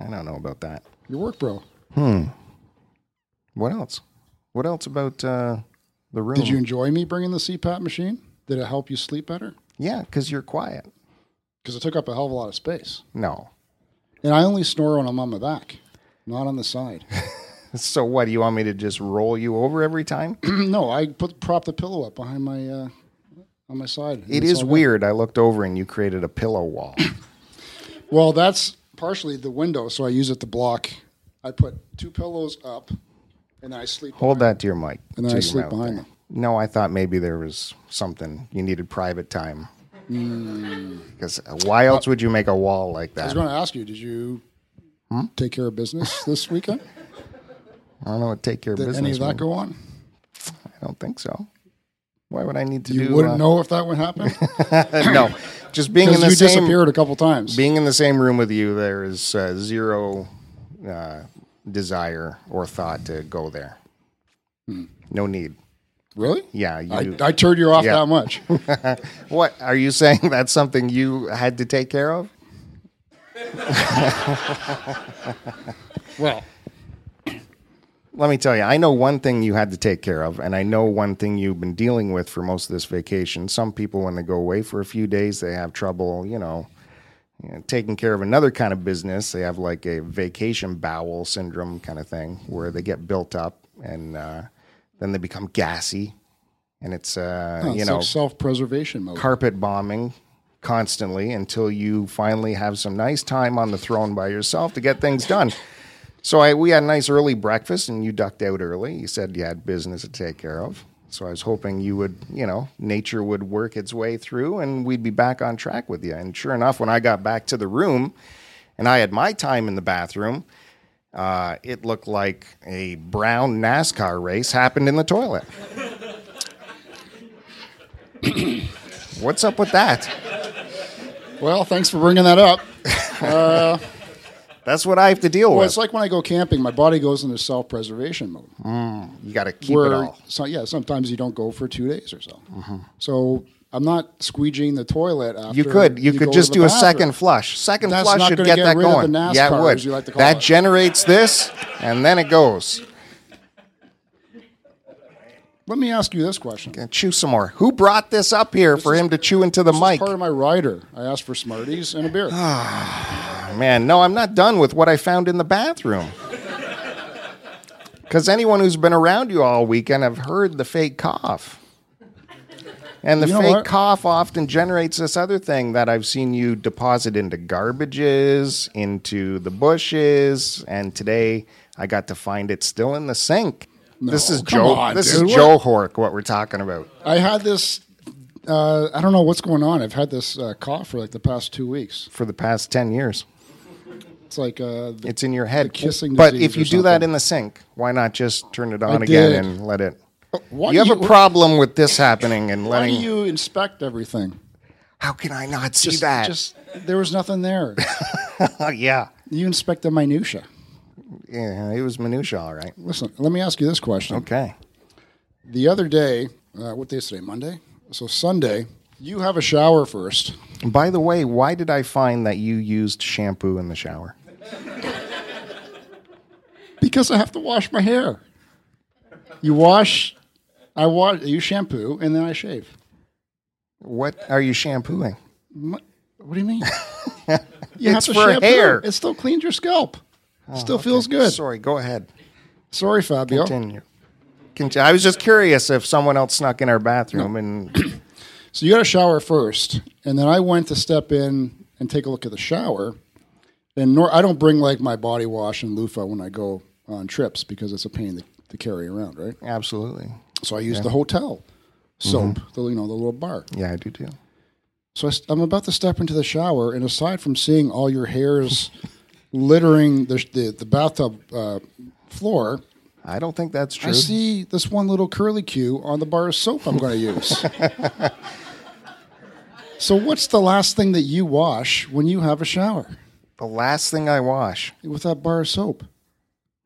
I don't know about that. Your work bro. What else? What else about uh, the room? Did you enjoy me bringing the CPAP machine? Did it help you sleep better? Yeah, because you're quiet. Because it took up a hell of a lot of space. No. And I only snore when I'm on my back, not on the side. So what? Do you want me to just roll you over every time? no, I put prop the pillow up behind my uh, on my side. and It it's is all good. weird. I looked over and you created a pillow wall. Well, that's partially the window, so I use it to block. I put two pillows up, and I sleep. Hold that to your mic. And then to I your sleep mouth behind there. them. No, I thought maybe there was something you needed private time. Hmm. Because uh, why else would you make a wall like I was that? going to ask you, did you Hmm? take care of business this weekend? I don't know. what Take care of Did business. any of that would- go on? I don't think so. Why would I need to You do? wouldn't uh, know if that would happen no, just being in because the you same disappeared a couple times. being in the same room with you. There is uh, zero uh, desire or thought to go there. No need. really? Yeah, you. Hmm. I, I turned you off Yeah. that much. What are you saying? That's something you had to take care of? well, Let me tell you, I know one thing you had to take care of, and I know one thing you've been dealing with for most of this vacation. Some people, when they go away for a few days, they have trouble, you know, you know, taking care of another kind of business. They have like a vacation bowel syndrome kind of thing where they get built up and uh, then they become gassy. And it's, uh, it's you know, like self-preservation mode. carpet bombing constantly until you finally have some nice time on the throne by yourself to get things done. So I we had a nice early breakfast and you ducked out early. You said you had business to take care of. So I was hoping you would, you know, nature would work its way through and we'd be back on track with you. And sure enough, when I got back to the room and I had my time in the bathroom, uh, it looked like a brown NASCAR race happened in the toilet. What's up with that? well, thanks for bringing that up. That's what I have to deal Well, with. it's like when I go camping, my body goes into self-preservation mode. You got to keep it where all. Mm-hmm. so, yeah, sometimes you don't go for two days or so. So I'm not squeegeeing the toilet after. You could you, go could to just the do a bathroom. second flush. Second That's flush not should gonna get, get that rid of the going. yeah, NASCAR, it would. as you like to call that it. generates this, and then it goes. Let me ask you this question. And chew some more. Who brought this up here for him to chew into the This is mic? part of my rider. I asked for Smarties and a beer. Ah. Man, no, I'm not done with what I found in the bathroom. Because anyone who's been around you all weekend have heard the fake cough. And the You know fake what? cough often generates this other thing that I've seen you deposit into garbages, into the bushes, and today I got to find it still in the sink. this is come Joe. on, this dude. is Joe Hork. What we're talking about. I had this. Uh, I don't know what's going on. I've had this uh, cough for like the past two weeks. for the past 10 years. It's like uh, the- It's in your head. kissing but disease if you or do that something. in the sink, why not just turn it on I again did. and let it? why you do have a problem with this happening and Why do letting. you inspect everything? how can I not see Just, that? just there was nothing there. oh, yeah. you inspect the minutia. Yeah, it was minutia, all right. Listen, let me ask you this question. Okay. The other day, uh, what day is today? Monday. So Sunday, you have a shower first. By the way, why did I find that you used shampoo in the shower? Because I have to wash my hair. You wash, I wash, you shampoo, and then I shave. What are you shampooing? What, what do you mean? you It's for hair. Oh, It still cleans your scalp. still feels good. Sorry, Sorry, go ahead. Fabio. Continue. Conti- I was just curious if someone else snuck in our bathroom and So you got to shower first, and then I went to step in and take a look at the shower. And nor I don't bring like my body wash and loofah when I go on trips because it's a pain to, to carry around, right? absolutely. So I use the hotel soap, Mm-hmm. the you know the little bar. Yeah, I do too. So I, am about to step into the shower, and aside from seeing all your hairs littering the the, the bathtub uh, floor, I don't think that's true. I see this one little curly cue on the bar of soap I'm going to use. so, what's the last thing that you wash when you have a shower the last thing I wash. with that bar of soap?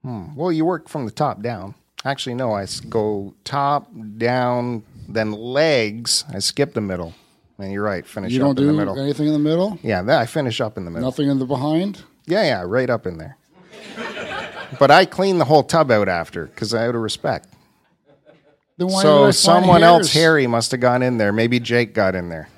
Well, you work from the top down. Actually, no, I s- go top down, then legs. I skip the middle. And you're right, finish You up don't in the do middle. anything in the middle? yeah, that, I finish up in the middle. Nothing in the behind? Yeah, yeah, right up in there. but I clean the whole tub out after because out of respect. Then why did I so find someone else, hairs? Harry, must have gone in there. Maybe Jake got in there.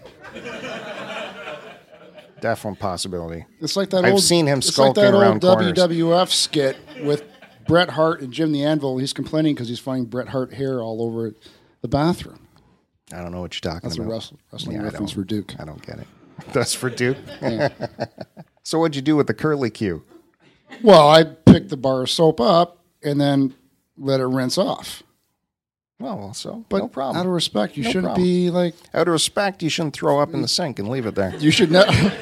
Definite possibility. It's like that I've old, seen him it's like skulking that around old corners. WWF skit with Bret Hart and Jim the Anvil. He's complaining because he's finding Bret Hart hair all over the bathroom. I don't know what you're talking That's a about. wrestling, wrestling Yeah, I reference don't- for Duke. I don't get it. That's for Duke. so what'd you do with the curly cue? Well, I picked the bar of soap up and then let it rinse off. Oh, Well, so But no problem. Out of respect, you No shouldn't problem. be like Out of respect, you shouldn't throw up in the sink and leave it there. you should know.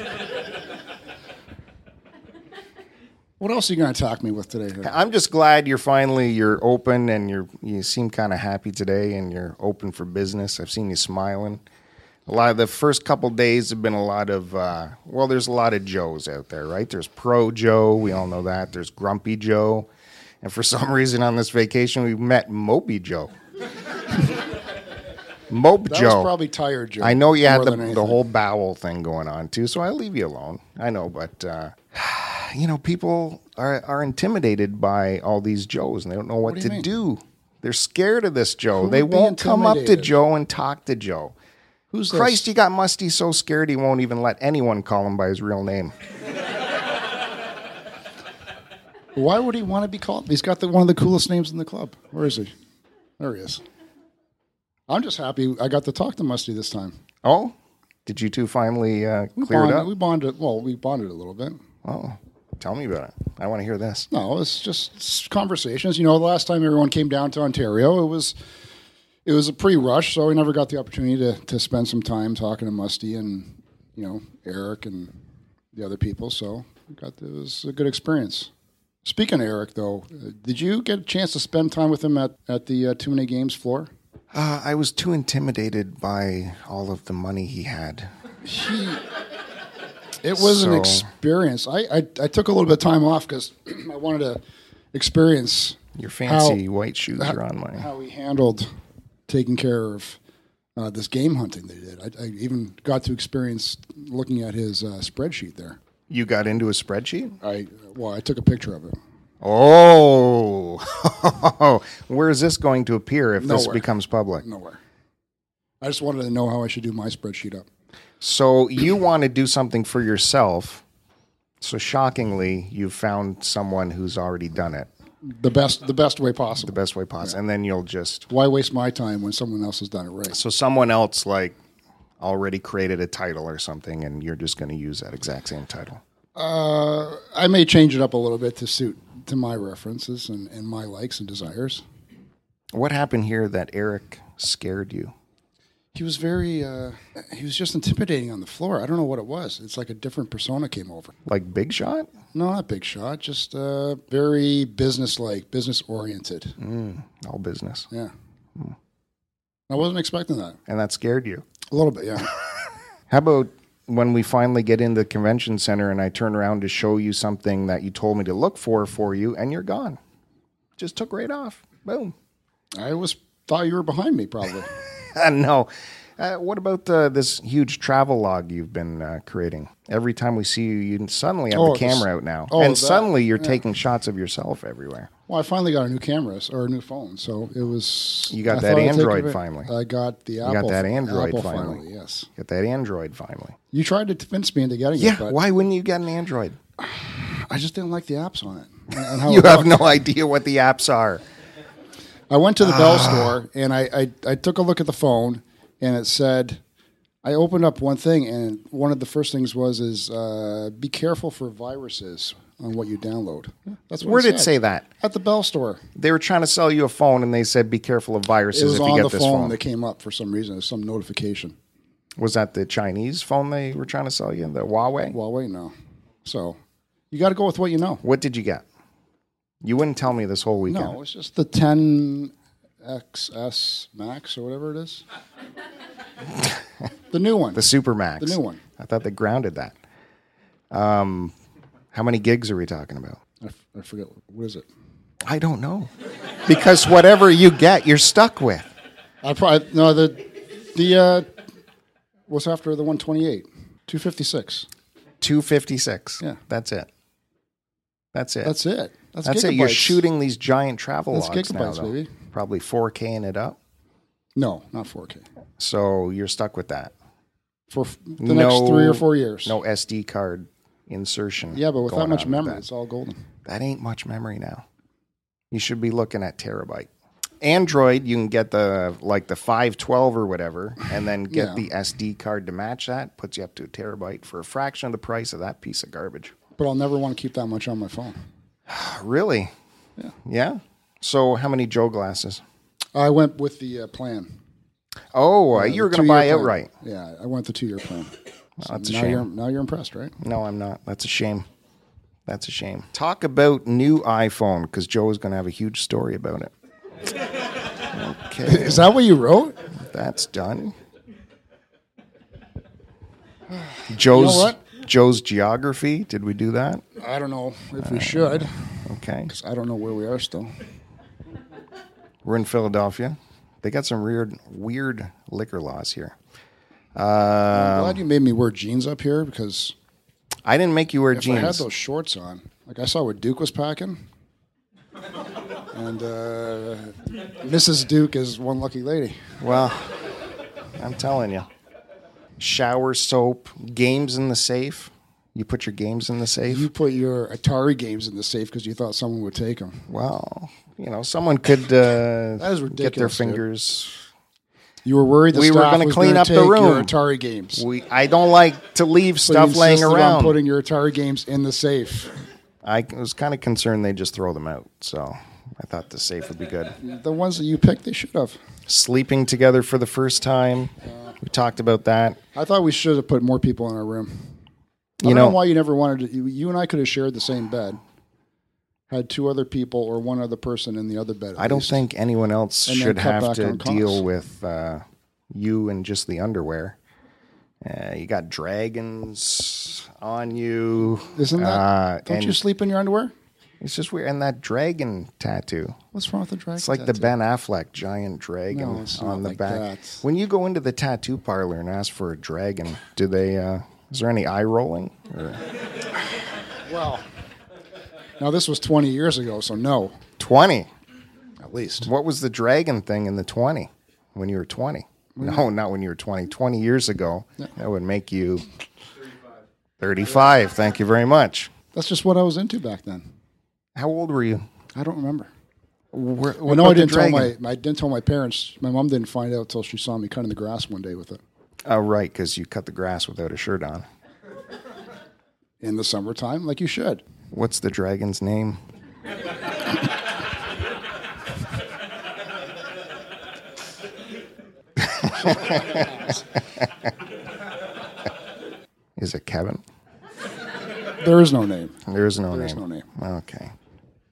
what else are you going to attack me with today? Here? I'm just glad you're finally you're open and you're you seem kind of happy today and you're open for business. I've seen you smiling. A lot of the first couple days have been a lot of uh, well, there's a lot of Joes out there, right? There's Pro Joe, we all know that. There's Grumpy Joe, and for some reason on this vacation we met Mopey Joe. Mope That Joe. was probably tired, Joe. I know you had more the, than the anything. whole bowel thing going on too, so I'll leave you alone. I know, but uh, you know, people are are intimidated by all these Joes and they don't know what, do to you mean? do. They're scared of this Joe. Who they would be won't come up to intimidated? Joe and talk to Joe. Who's this? Christ, he got musty so scared he won't even let anyone call him by his real name. Why would he want to be called? He's got the, one of the coolest names in the club. Where is he? There he is. I'm just happy I got to talk to Musty this time. Oh, did you two finally uh, clear it Bond- up? We bonded. Well, we bonded a little bit. Oh, tell me about it. I want to hear this. No, it's just s- conversations. You know, the last time everyone came down to Ontario, it was it was a pretty rush, so we never got the opportunity to to spend some time talking to Musty and you know Eric and the other people. So we got it was a good experience. Speaking of Eric, though, uh, did you get a chance to spend time with him at at the uh, Too Many Games floor? Uh, I was too intimidated by all of the money he had. It was an So- experience. I, I I took a little bit of time off because I wanted to experience Your fancy white shoes are on mine. how he handled taking care of uh, this game hunting they did. I, I even got to experience looking at his uh, spreadsheet there. You got into a spreadsheet? I well, I took a picture of it. Oh, where is this going to appear if this Nowhere. becomes public? Nowhere. I just wanted to know how I should do my spreadsheet up. So you want to do something for yourself. So shockingly, you've found someone who's already done it The best, the best way the possible. best way possible, and then you'll just Why waste my time when someone else has done it right? so someone else like already created a title or something, and you're just going to use that exact same title. Uh, I may change it up a little bit to suit to my references and, and my likes and desires. What happened here that Eric scared you? He was very, uh, he was just intimidating on the floor. I don't know what it was. It's like a different persona came over. Like Big Shot? No, not big shot. Just uh, very business-like, business-oriented. Mm, Hmm. all business, Yeah, I wasn't expecting that. and that scared you. A little bit, yeah. How about when we finally get into the convention center and I turn around to show you something that you told me to look for for you and you're gone? Just took right off. Boom. I was thought you were behind me, probably. Uh, no. Uh, what about uh, this huge travel log you've been uh, creating? Every time we see you, you suddenly have Oh, the this- camera out now. oh, and that- suddenly you're taking shots of yourself everywhere. Well, I finally got a new camera s- or a new phone, so it was. You got I that thought I'd take Android it- finally. I got the Apple. that Android Apple finally. Yes, Get that Android finally. you tried to convince me into getting Yeah. it, but Why wouldn't you get an Android? I just didn't like the apps on it. and- and how You it have looked. no idea what the apps are. I went to the Ah. Bell store and I, I I took a look at the phone, and it said. I opened up one thing, and one of the first things was is uh, be careful for viruses on what you download. That's what Where did it say said. that? At the Bell store. They were trying to sell you a phone and they said, be careful of It viruses was if you on get the this phone phone. that came up for some reason. There's some notification. Was that the Chinese phone they were trying to sell you? The Huawei? Huawei, no. So you got to go with what you know. What did you get? You wouldn't tell me this whole weekend. No, it's just the 10XS Max or whatever it is. the new one. The Supermax. The new one. I thought they grounded that. Um, how many gigs are we talking about? I, f- I forget. What is it? I don't know. because whatever you get, you're stuck with. I probably, no, the, the, uh, what's after the 128? 256. 256. Yeah. That's it. That's it. That's it. That's, That's it. You're gigabytes. shooting these giant travel That's logs now, gigabytes, though. baby. Probably 4King it up. No, not 4K. So you're stuck with that. For f- the next three or four years. No SD card insertion. Yeah, but with that going much on memory, that. it's all golden. that ain't much memory now. You should be looking at terabyte. Android, you can get the like the 512 or whatever, and then get Yeah. the SD card to match that. Puts you up to a terabyte for a fraction of the price of that piece of garbage. But I'll never want to keep that much on my phone. Ah, Really? Yeah. Yeah. So how many Joe glasses? I went with the uh, plan. Oh, uh, you were going to buy Two-year plan. outright. Yeah, I went the two year plan. that's a now shame. you're now you're impressed, right? No, I'm not. That's a shame. That's a shame. Talk about new iPhone because Joe is going to have a huge story about it. Okay, Is that what you wrote? that's done. Joe's what? Joe's geography. Did we do that? I don't know if Uh, we should. Okay, I don't know where we are still. we're in Philadelphia. They got some weird weird liquor laws here. Uh, I'm glad you made me wear jeans up here because I didn't make you wear if I had jeans. those shorts on, like I saw what Duke was packing, and uh, Mrs. Duke is one lucky lady. Well, I'm telling you. Shower soap, games in the safe. You put your games in the safe. You put your Atari games in the safe because you thought someone would take them. Well, you know, someone could uh, That get is their ridiculous, dude. fingers. You were worried the We were staff gonna was clean gonna up the take your room. Atari games. We, I don't like to leave So you stuff laying insisted around. On putting your Atari games in the safe. I was kind of concerned they just throw them out, so I thought the safe would be good. The ones that you picked, they should have. Sleeping together for the first time. We talked about that. I thought we should have put more people in our room. I You don't know, know, why you never wanted to. You, you and I could have shared the same bed, had two other people or one other person in the other bed. at I don't least. think anyone else And then should cut have back to on costs. deal with uh, you and just the underwear. Uh, you got dragons on you. Isn't that- Uh, Don't and you sleep in your underwear? It's just weird. And that dragon tattoo. What's wrong with the dragon? It's like the tattoo? Ben Affleck giant dragon No, it's not on the like back. that. When you go into the tattoo parlor and ask for a dragon, do they? Uh, is there any eye rolling? Or- Well, now this was 20 years ago, so no, Twenty. at least. What was the dragon thing in the twenty? When you were twenty? No, not when you were twenty. Twenty years ago, that would make you thirty-five. Thank you very much. That's just what I was into back then. How old were you? I don't remember. Where, I know I didn't tell my I didn't tell my parents. My mom didn't find out till she saw me cutting the grass one day with it Oh, right, because you cut the grass without a shirt on. in the summertime, like you should. What's the dragon's name? Is it Kevin? There is no name. There is no There is name. no name. Okay.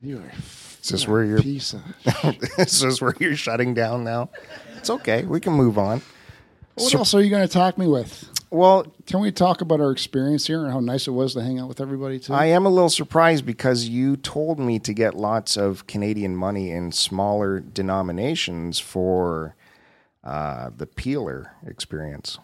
You are a Is this where you're piece of. is this where you're shutting down now? It's okay. We can move on. What else are you going to attack me with? Well, Can we talk about our experience here and how nice it was to hang out with everybody too? I am a little surprised because you told me to get lots of Canadian money in smaller denominations for uh, the peeler experience,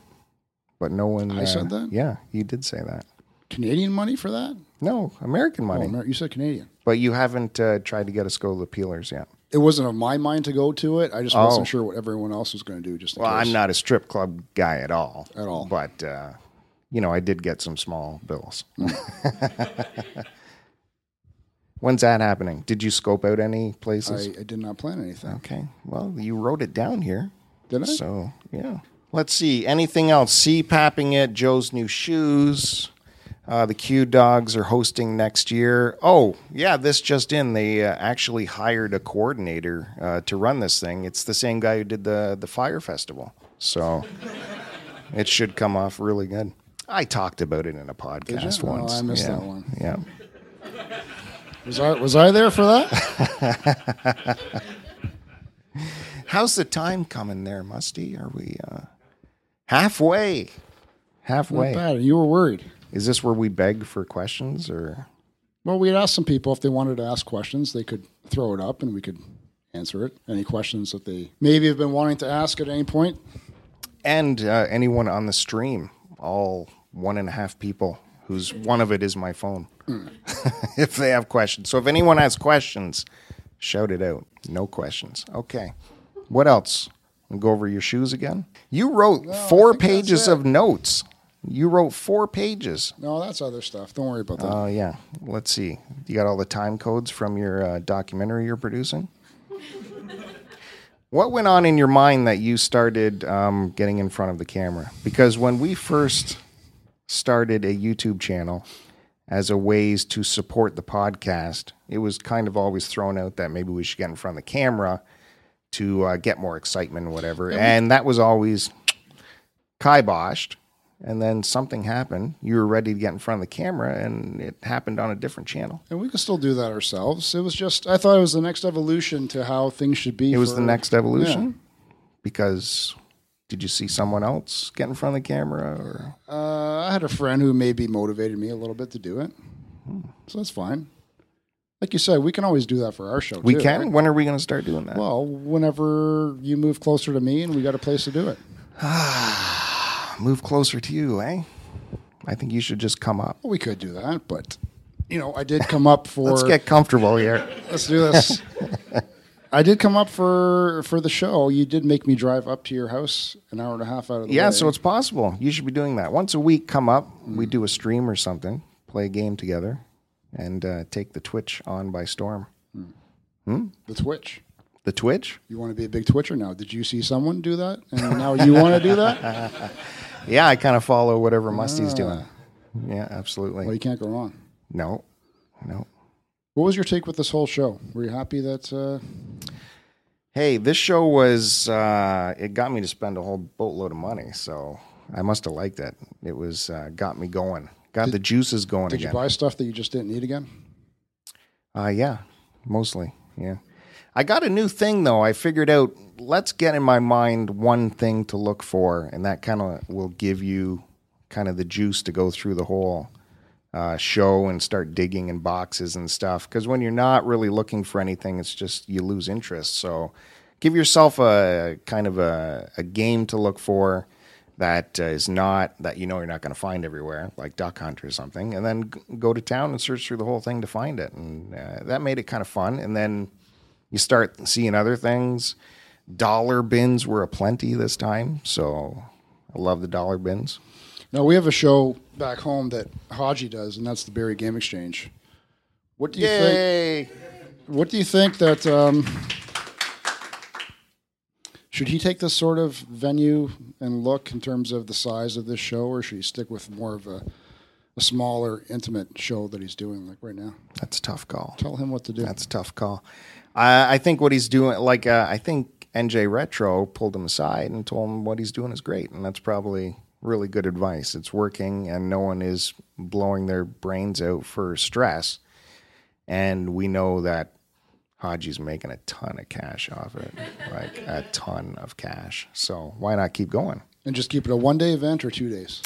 but no one. I uh, said that? Yeah, you did say that. Canadian money for that? No, American Oh, money, Amer- you said Canadian. but you haven't uh, tried to get us go to the peelers yet. It wasn't of my mind to go to it. I just Oh. wasn't sure what everyone else was going to do. Just in Well, case. I'm not a strip club guy at all. At all. But uh, you know, I did get some small bills. Mm. When's that happening? Did you scope out any places? I, I did not plan anything. okay. Well, you wrote it down here. Did I? So yeah. Let's see. Anything else? See papping it, Joe's new shoes. Uh, the Q Dogs are hosting next year. Oh, yeah, this just in. They uh, actually hired a coordinator uh, to run this thing. It's the same guy who did the, the Fire Festival. So it should come off really good. I talked about it in a podcast Oh, once. I missed Yeah. that one. Yeah. Was I was I there for that? How's the time coming there, Musty? Are we uh, halfway? Halfway. Not bad. You were worried. Is this where we beg for questions or Well, we had asked some people if they wanted to ask questions, they could throw it up and we could answer it. Any questions that they maybe have been wanting to ask at any point? and uh, anyone on the stream, all one and a half people who's one of it is my phone. if they have questions. So if anyone has questions, shout it out. No questions. Okay. What else? We'll go over your shoes again. You wrote four pages of notes. You wrote four pages. No, that's other stuff. Don't worry about that. Oh yeah. Let's see. You got all the time codes from your uh, documentary you're producing. what went on in your mind that you started um, getting in front of the camera? Because when we first started a YouTube channel as a ways to support the podcast, it was kind of always thrown out that maybe we should get in front of the camera to uh, get more excitement, or whatever. and that was always kiboshed and then something happened. You were ready to get in front of the camera, and it happened on a different channel. and we can still do that ourselves. It was just I thought it was the next evolution to how things should be. It was for- the next evolution because did you see someone else get in front of the camera? Or Uh, I had a friend who maybe motivated me a little bit to do it, Hmm. so that's fine. Like you said, we can always do that for our show. we too, can. right? When are we going to start doing that? Well, whenever you move closer to me and we got a place to do it. Move closer to you, eh? I think you should just come up. Well, we could do that, but you know, I did come up for Let's get comfortable here. let's do this. I did come up for for the show. You did make me drive up to your house an hour and a half out of the Yeah, way. so it's possible. You should be doing that once a week. Come up, we do a stream or something, play a game together, and uh, take the Twitch on by storm. the Twitch. The Twitch? You want to be a big Twitcher now? Did you see someone do that, and now you want to do that? Yeah, I kind of follow whatever Musty's doing. Yeah, absolutely. Ah. Well, you can't go wrong. no, no. What was your take with this whole show? Were you happy that uh, Hey, this show was, uh, it got me to spend a whole boatload of money. So I must have liked it. It was, uh, got me going, got the juices going did again. you buy stuff that you just didn't need again? Uh, yeah, mostly. Yeah. I got a new thing though. I figured out let's get in my mind one thing to look for, and that kind of will give you kind of the juice to go through the whole uh, show and start digging in boxes and stuff. Because when you're not really looking for anything, it's just you lose interest. So give yourself a kind of a, a game to look for that uh, is not that you know you're not going to find everywhere, like Duck Hunt or something, and then g- go to town and search through the whole thing to find it. And uh, that made it kind of fun. And then you start seeing other things. Dollar bins were a plenty this time, so I love the dollar bins. Now we have a show back home that Haji does, and that's the Barry Game Exchange. What do you Yay! think? What do you think that um, should he take this sort of venue and look in terms of the size of this show, or should he stick with more of a, a smaller, intimate show that he's doing like right now? That's a tough call. Tell him what to do. That's a tough call. I, I think what he's doing, like uh, I think NJ Retro pulled him aside and told him what he's doing is great, and that's probably really good advice. It's working, and no one is blowing their brains out for stress. And we know that Haji's making a ton of cash off it, like a ton of cash. So why not keep going? and just keep it a one day event or two days.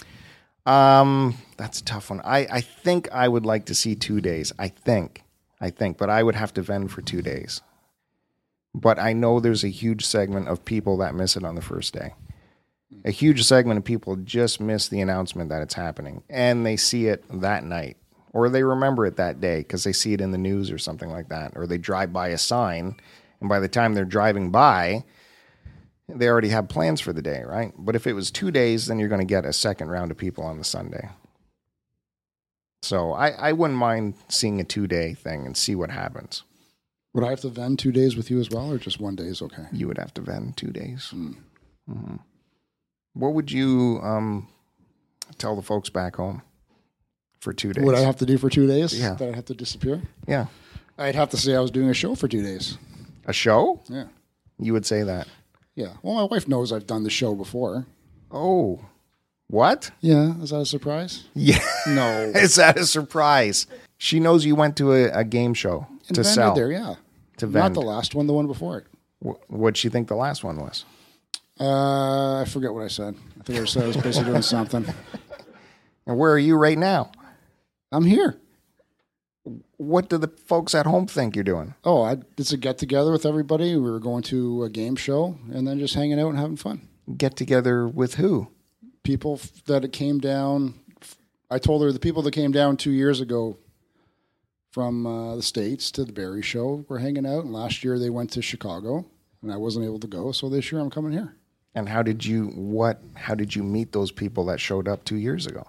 Um, that's a tough one. I, I think I would like to see two days. I think, I think, but I would have to vend for two days. But I know there's a huge segment of people that miss it on the first day. A huge segment of people just miss the announcement that it's happening and they see it that night or they remember it that day because they see it in the news or something like that, or they drive by a sign. And by the time they're driving by, they already have plans for the day, right? But if it was two days, then you're going to get a second round of people on the Sunday. So I, I wouldn't mind seeing a two day thing and see what happens. Would I have to vend two days with you as well, or just one day is okay? You would have to vend two days. Hmm. Mhm. What would you um, tell the folks back home for two days? What I have to do for two days? Yeah. That I have to disappear? yeah. I'd have to say I was doing a show for two days. A show? Yeah. You would say that. Yeah. Well, my wife knows I've done the show before. Oh, what? Yeah. Is that a surprise? Yeah. No. Is that a surprise? She knows you went to a, a game show And to vended sell. there, yeah. To Not vend. the last one, the one before it. Wh- What'd you think the last one was? Uh, I forget what I said. I think I said I was busy doing something. And where are you right now? I'm here. What do the folks at home think you're doing? Oh, I, it's a get together with everybody. We were going to a game show and then just hanging out and having fun. Get together with who? people f- that it came down. f- I told her the people that came down two years ago from uh, the states to the Barry show were hanging out, and last year they went to Chicago, and I wasn't able to go, so this year I'm coming here. And how did you what how did you meet those people that showed up 2 years ago?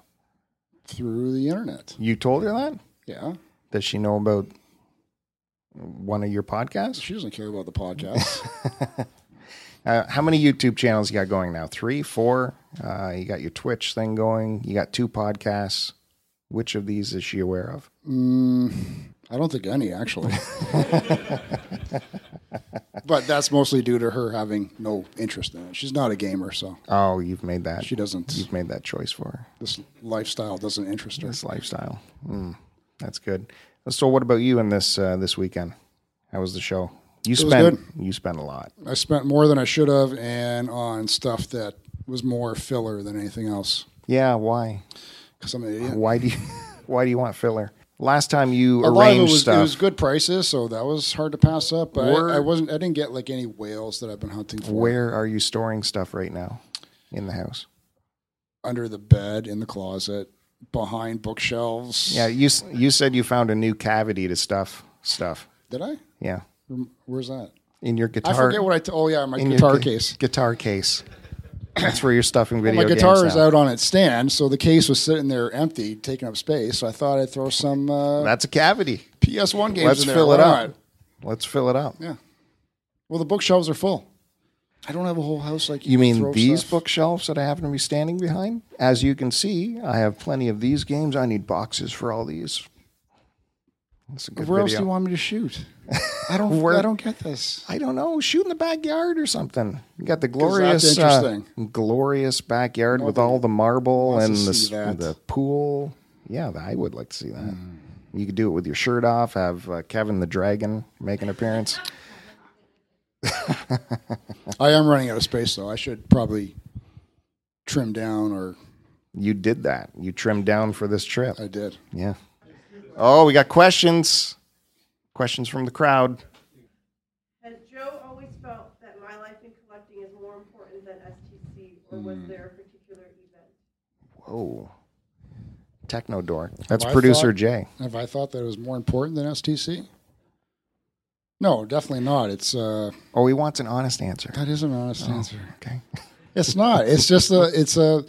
Through the internet, You told her that? yeah. Does she know about one of your podcasts? She doesn't care about the podcast. Uh, how many YouTube channels you got going now? Three, four? Uh, you got your Twitch thing going. You got two podcasts. Which of these is she aware of? I don't think any actually, but that's mostly due to her having no interest in it. She's not a gamer, so Oh, you've made that. she doesn't. You've made that choice for her. This lifestyle doesn't interest her. This lifestyle. Mm, that's good. So, what about you in this uh, this weekend? How was the show? You was spent you spent a lot. I spent more than I should have and on stuff that was more filler than anything else Yeah. Why? because I'm an idiot. Why do you Why do you want filler? Last time you A lot of it arranged was, stuff. it was good prices, so that was hard to pass up. But Were- I, I wasn't. I didn't get like any whales that I've been hunting for Where are you storing stuff right now? In the house. under the bed, in the closet, behind bookshelves. Yeah. You s- You said you found a new cavity to stuff stuff. Did I? Yeah. Rem- Where's that? In your I guitar. forget what I. T- oh yeah, my in your guitar ca- case. Guitar case. That's where you're stuffing video my games guitar is now. out on its stand, so the case was sitting there empty, taking up space. So I thought I'd throw some uh, That's a cavity. PS1 games Let's in there. fill it Why up. not? Let's fill it up. Yeah. Well, the bookshelves are full. I don't have a whole house like You can mean throw these stuff. bookshelves that I happen to be standing behind? As you can see, I have plenty of these games. I need boxes for all these. That's a good Where else video. do you want me to shoot? I don't. Where- I don't get this. I don't know. Shoot in the backyard or something. You got the 'Cause that's glorious, uh, interesting. glorious backyard with all the marble wants and to the, see s- that. Hmm. the pool. Yeah, I would like to see that. You could do it with your shirt off. Have uh, Kevin the Dragon make an appearance. I am running out of space, though. I should probably trim down or You did that. You trimmed down for this trip. I did. Yeah. Oh, we got questions. Questions from the crowd. Has Joe always felt that my life in collecting is more important than STC, or was there a particular event? Whoa. Techno dork. That's Well, I producer thought- Jay. Have I thought that it was more important than STC? No, definitely not. It's uh, Oh, he wants an honest answer. that is an honest Oh. answer. Okay. It's not. It's just a. It's a.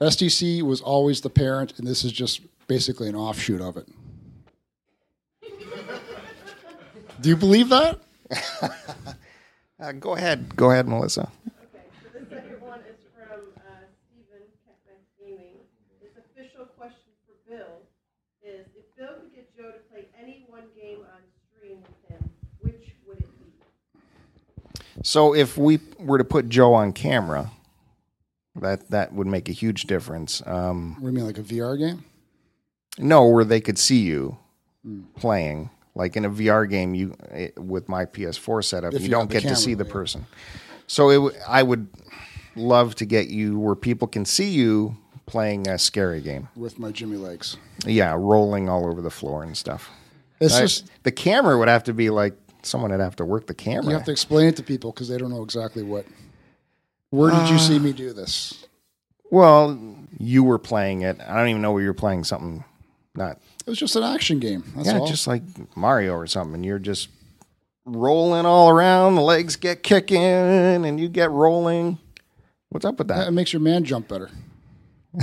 STC was always the parent, and this is just basically an offshoot of it. Do you believe that? Uh, go ahead. Go ahead, Melissa. Okay, so the second one is from uh, Stephen Catmax Gaming. His official question for Bill is, if Bill could get Joe to play any one game on stream with him, which would it be? So if we were to put Joe on camera, that that would make a huge difference. Um, What do you mean, like a VR game? no, where they could see you Hmm. playing, like in a VR game. You it, with my PS4 setup, If you, you don't had the get camera, to see the yeah. person. So it, w- I would love to get you where people can see you playing a scary game. with my Jimmy legs. Yeah, rolling all over the floor and stuff. It's I- just the camera would have to be like someone would have to work the camera. you have to explain it to people because they don't know exactly what. Where did Uh. you see me do this? Well, you were playing it. I don't even know where you were playing something. Not It was just an action game. That's yeah, all. just like Mario or something. And you're just rolling all around. The legs get kicking, and you get rolling. What's up with That that? makes your man jump better.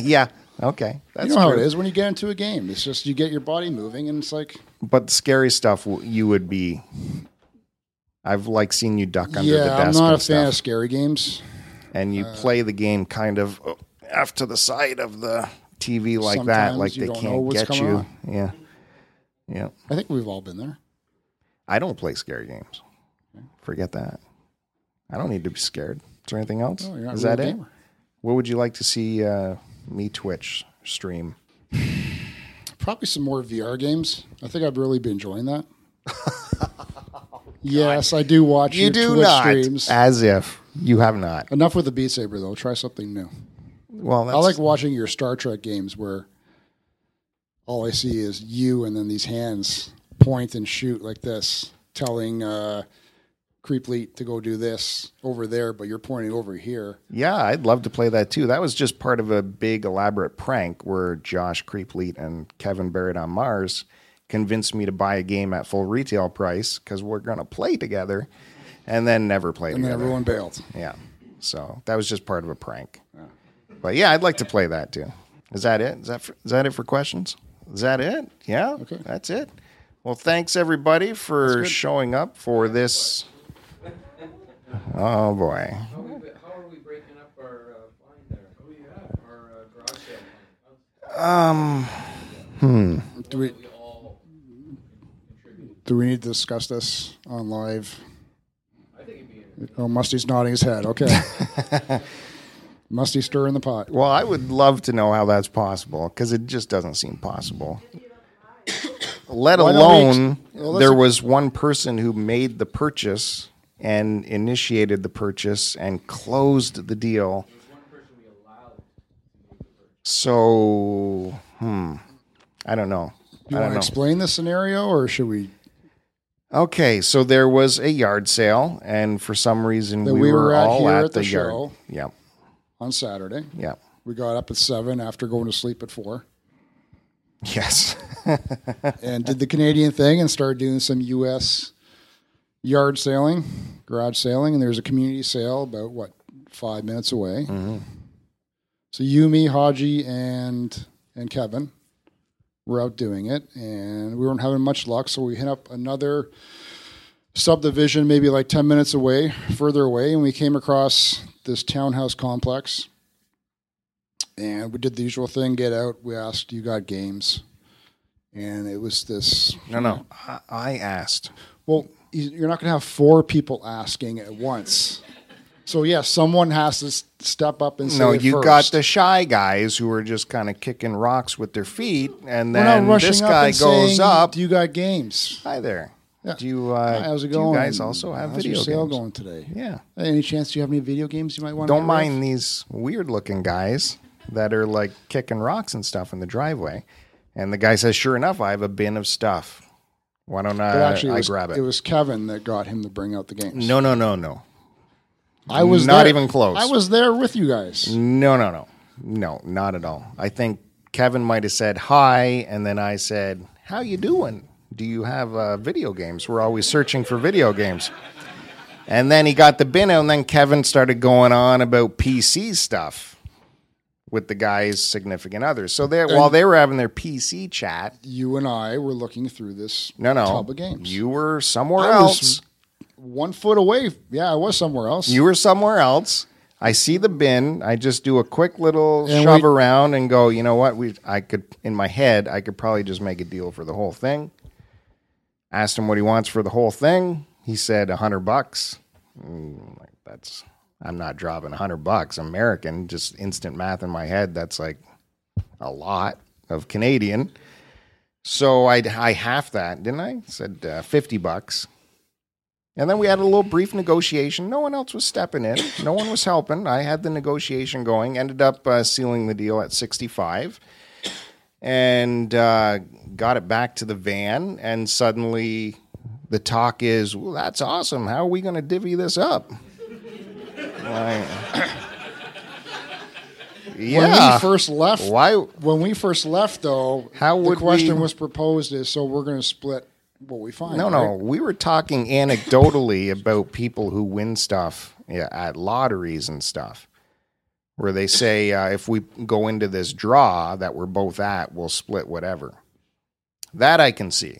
yeah. Okay. That's you know how it true. is when you get into a game. It's just you get your body moving, and it's like But the scary stuff w- you would be. I've like seen you duck under the yeah, desk I'm not and a fan stuff. of uh, scary games. and you play the game kind of uh, off to the side of the TV like that, Sometimes like you they don't know can't what's get coming you. on. Yeah, yeah. I think we've all been there. I don't play scary games. Forget that. I don't need to be scared. Is there anything else? No, Oh, you're not Is really that a it? gamer. What would you like to see uh, me Twitch stream? Probably some more VR games. I think I'd really be enjoying that. yes, I do watch your Twitch streams. As if you have not. Enough with the Beat Saber though. Try something new. Well, that's, I like watching your Star Trek games where all I see is you and then these hands point and shoot like this, telling uh, Creepleet to go do this over there, but you're pointing over here. Yeah, I'd love to play that too. That was just part of a big elaborate prank where Josh Creepleet and Kevin Barrett on Mars convinced me to buy a game at full retail price because we're gonna play together, and then never play And then together. everyone bailed. Yeah, so that was just part of a prank. But yeah, I'd like to play that too. Is that it? Is that for, is that it for questions? Is that it? Yeah. Okay. That's it. Well, thanks everybody for showing up for this. Oh boy. How are we, how are we breaking up our uh, line there? Oh, yeah. Our uh, garage sale line. Um. Hmm. Do we, do we need to discuss this on live? Oh, Musty's nodding his head. Okay. Musty stirring the pot. Well, I would love to know how that's possible because it just doesn't seem possible. Let Why don't we ex- alone Well, let's there ex- was one person who made the purchase and initiated the purchase and closed the deal. So, hmm, I don't know. Do I you want don't to know. explain this scenario or should we? Okay, so there was a yard sale, and for some reason That we, we were, were at all here at, at the, the yard. show. Yeah, On Saturday, yeah, we got up at seven after going to sleep at four. yes. and did the Canadian thing and started doing some U.S. yard sailing, garage sailing, and there was a community sale about what five minutes away. So you, me, Haji, and and Kevin were out doing it, and we weren't having much luck, so we hit up another subdivision, maybe like ten minutes away, further away, and we came across this townhouse complex. And we did the usual thing: get out. We asked, "You got games?" And it was this No, no. I, I asked. well, you- you're not going to have four people asking at once. So yeah, someone has to s- step up and say. No, it you first. got the shy guys who are just kind of kicking rocks with their feet, and We're not then rushing this up guy and goes saying, up. "Do you got games? Hi there. Yeah. Do you? Uh, Hi, how's it do you going? guys also have How's video your sale games? going today? Yeah. Any chance you have any video games you might want? Don't mind these weird looking guys that are like kicking rocks and stuff in the driveway. And the guy says, "Sure enough, I have a bin of stuff. Why don't I? actually, it uh, I was, grab it." It was Kevin that got him to bring out the games. no, no, no, no, I was not there- even close. I was there with you guys. no, no, no, no, not at all. I think Kevin might have said hi, and then I said, "How you doing? Do you have uh, video games? We're always searching for video games." And then he got the bin out, and then Kevin started going on about PC stuff with the guy's significant others. So they, while they were having their PC chat, You and I were looking through this no, no, tub of games. you were somewhere I was- else. one foot away. Yeah, I was somewhere else. You were somewhere else. I see the bin. I just do a quick little And shove we- around and go, you know what? We I could in my head, I could probably just make a deal for the whole thing. Asked him what he wants for the whole thing. He said a hundred bucks. Mm, like that's I'm not dropping a hundred bucks. American, just instant math in my head. That's like a lot of Canadian. So I I half that, didn't I? Said uh, fifty bucks. And then we had a little brief negotiation. No one else was stepping in. No one was helping. I had the negotiation going. Ended up uh, sealing the deal at 65 and uh, got it back to the van. And suddenly the talk is, well, that's awesome. How are we going to divvy this up? Like, When yeah. we first left, Why? when we first left, though, How the would question we- was proposed is so we're going to split what we find. No, no. right? We were talking anecdotally about people who win stuff yeah, at lotteries and stuff, where they say uh, if we go into this draw that we're both at, we'll split whatever. That I can see.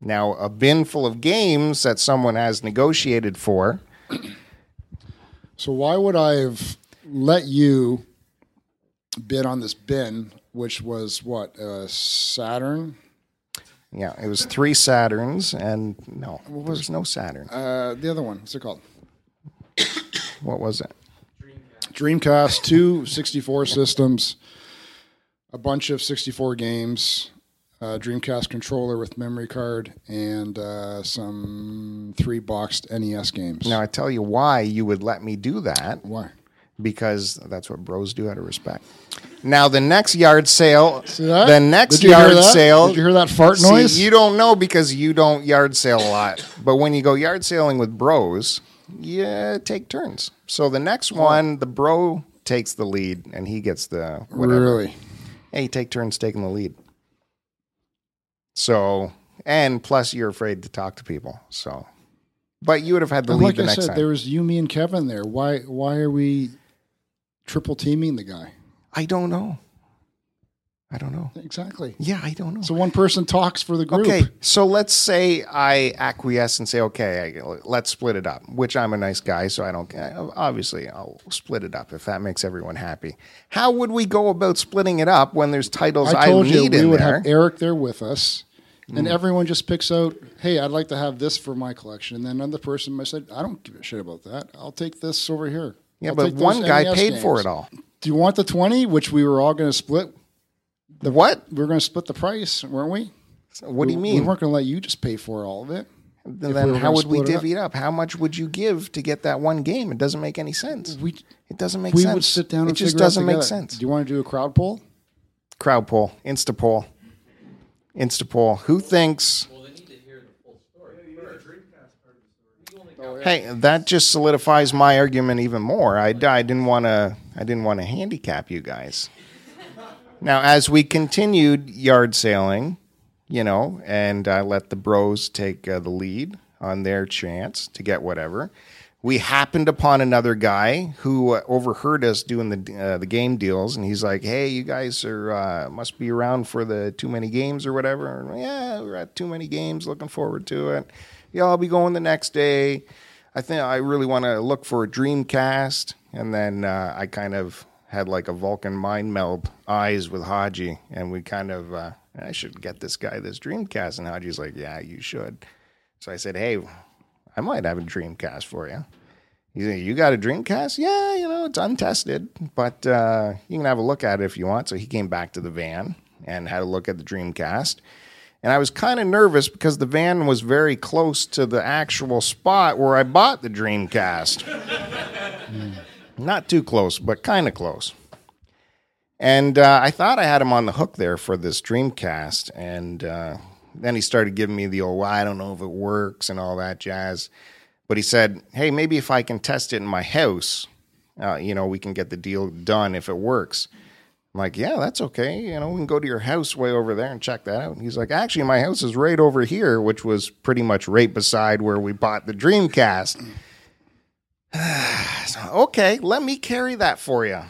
Now, a bin full of games that someone has negotiated for. So why would I have let you bid on this bin, which was what uh, Saturn? Yeah, it was three Saturns, and no, there was no Saturn. Uh, the other one, what's it called? What was it? Dreamcast, two 64 systems, a bunch of 64 games, a Dreamcast controller with memory card, and uh, some three boxed NES games. Now, I tell you why you would let me do that. why? because that's what bros do out of respect. Now the next yard sale, that? the next Did you hear yard that? sale. Did you hear that fart See, noise? you don't know because you don't yard sale a lot. But when you go yard sailing with bros, you take turns. So the next one, the bro takes the lead and he gets the whatever. Really? Hey, take turns taking the lead. So and plus you're afraid to talk to people. So, but you would have had the And lead like the I next said, time. there was you, me, and Kevin there. Why? Why are we triple teaming the guy? I don't know. I don't know. Exactly. Yeah, I don't know. So one person talks for the group. Okay, so let's say I acquiesce and say, okay, I, let's split it up. Which I'm a nice guy, so I don't. Obviously, I'll split it up if that makes everyone happy. How would we go about splitting it up when there's titles I, I told you need we in would there? Mm. have Eric there with us, and everyone just picks out, "Hey, I'd like to have this for my collection." And then another person might say, "I don't give a shit about that. I'll take this over here." yeah, I'll but take those E one guy NES paid for games." it all. Do you want the twenty, which we were all going to split? The what? We were going to split the price, weren't we? What do you We mean? weren't going to let you just pay for all of it. then we were how gonna would we split it up- divvy it up? How much would you give to get that one game? It doesn't make any sense. We It doesn't make we sense. would sit down. It and just figure out doesn't make together. sense. Do you want to do a crowd poll? Crowd poll, Insta poll, Insta poll. Who thinks? Well, they need to hear the full story first. You only got Hey, that just solidifies my argument even more. I, I didn't want to. I didn't want to handicap you guys. Now, as we continued yard sailing, you know, and I let the bros take uh, the lead on their chance to get whatever. We happened upon another guy who uh, overheard us doing the uh, the game deals, and he's like, "Hey, you guys are uh, must be around for the too many games or whatever." And, yeah, we're at too many games. Looking forward to it. Yeah, I'll be going the next day. I think I really want to look for a Dreamcast, and then uh, I kind of had like a Vulcan mind meld eyes with Haji, and we kind of uh, I should get this guy this Dreamcast, and Haji's like, yeah, you should. So I said, hey, I might have a Dreamcast for you. He's like, you got a Dreamcast? Yeah, you know it's untested, but uh, you can have a look at it if you want. So he came back to the van and had a look at the Dreamcast. And I was kind of nervous because the van was very close to the actual spot where I bought the Dreamcast. Not too close, but kind of close. And uh, I thought I had him on the hook there for this Dreamcast. And uh, then he started giving me the old, well, I don't know if it works and all that jazz. But he said, hey, maybe if I can test it in my house, uh, you know, we can get the deal done if it works. I'm like, yeah, that's okay. You know, we can go to your house way over there and check that out. And he's like, actually, my house is right over here, which was pretty much right beside where we bought the Dreamcast. So, okay, let me carry that for you.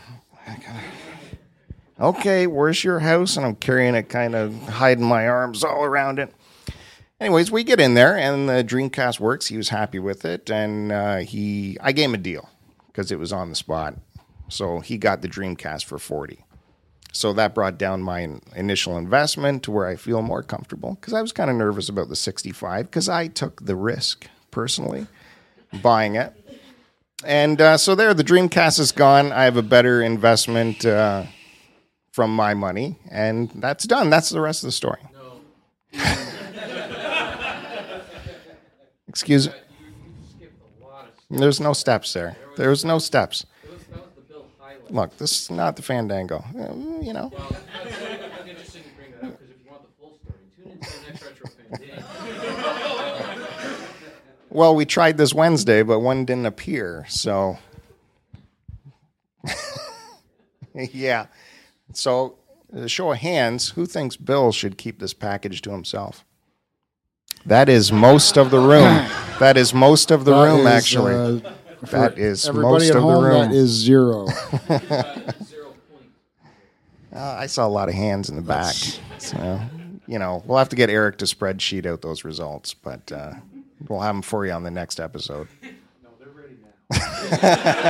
Okay, where's your house? And I'm carrying it, kind of hiding my arms all around it. Anyways, we get in there, and the Dreamcast works. He was happy with it, and uh, he, I gave him a deal because it was on the spot. So he got the Dreamcast for forty. So that brought down my in- initial investment to where I feel more comfortable because I was kind of nervous about the 65 because I took the risk personally buying it. And uh, so there, the Dreamcast is gone. I have a better investment uh, from my money, and that's done. That's the rest of the story. Excuse me. There's no steps there. There was no steps. Look, this is not the Fandango. Um, you know. I'm interested in bringing that up because if you want the full story, tune into the next retro fan. Well, we tried this Wednesday, but one didn't appear. So, yeah. So, a show of hands, who thinks Bill should keep this package to himself? That is most of the room. That is most of the That room, is, actually. uh, that is Everybody most at of home, the room. that is zero. Uh, I saw a lot of hands in the back. So, you know, we'll have to get Eric to spreadsheet out those results, but uh, we'll have them for you on the next episode. No, they're ready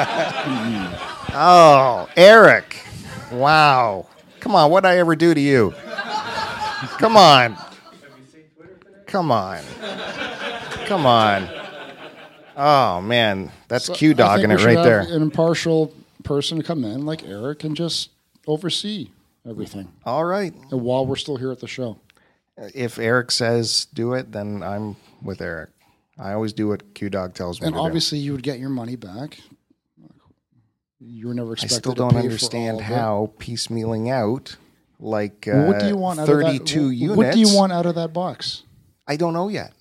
now. oh, Eric. Wow. Come on, what'd I ever do to you? Come on. Come on. Come on. Oh, man. That's Q dogging I it think we right should there. have An impartial person to come in, like Eric, and just oversee everything. All right. And while we're still here at the show, if Eric says do it, then I'm with Eric. I always do what Q Dog tells me. and to do. obviously you would get your money back. You were never I expected. still to don't pay for all understand of it. how piecemealing out like uh, Well, what do you want? Thirty-two out of that, units. What do you want out of that box? I don't know yet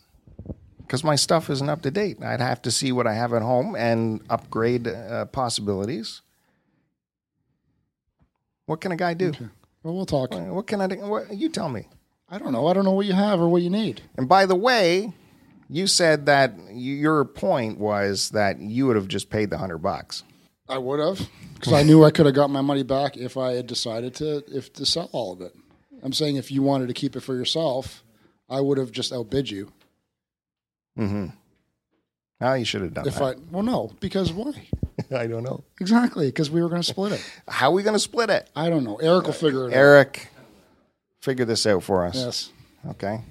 because my stuff isn't up to date. I'd have to see what I have at home and upgrade uh, possibilities. What can a guy do? Well, we'll talk. What can I do? What, you tell me. I don't know. I don't know what you have or what you need. And by the way, you said that y- your point was that you would have just paid the hundred bucks. I would have, because I knew I could have got my money back if I had decided to if to sell all of it. I'm saying if you wanted to keep it for yourself, I would have just outbid you. Oh, you should have done If that. I well, no, because why? I, don't know. Exactly, because we were going to split it. How are we going to split it? I don't know. Eric will figure it Uh, out. Eric, figure this out for us. Yes, Okay.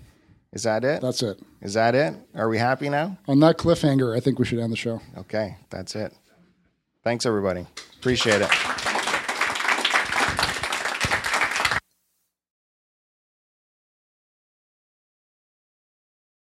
Is that it? that's it. Is that it? Are we happy now? On that cliffhanger, I think we should end the show. Okay. That's it. Thanks, everybody. Appreciate it.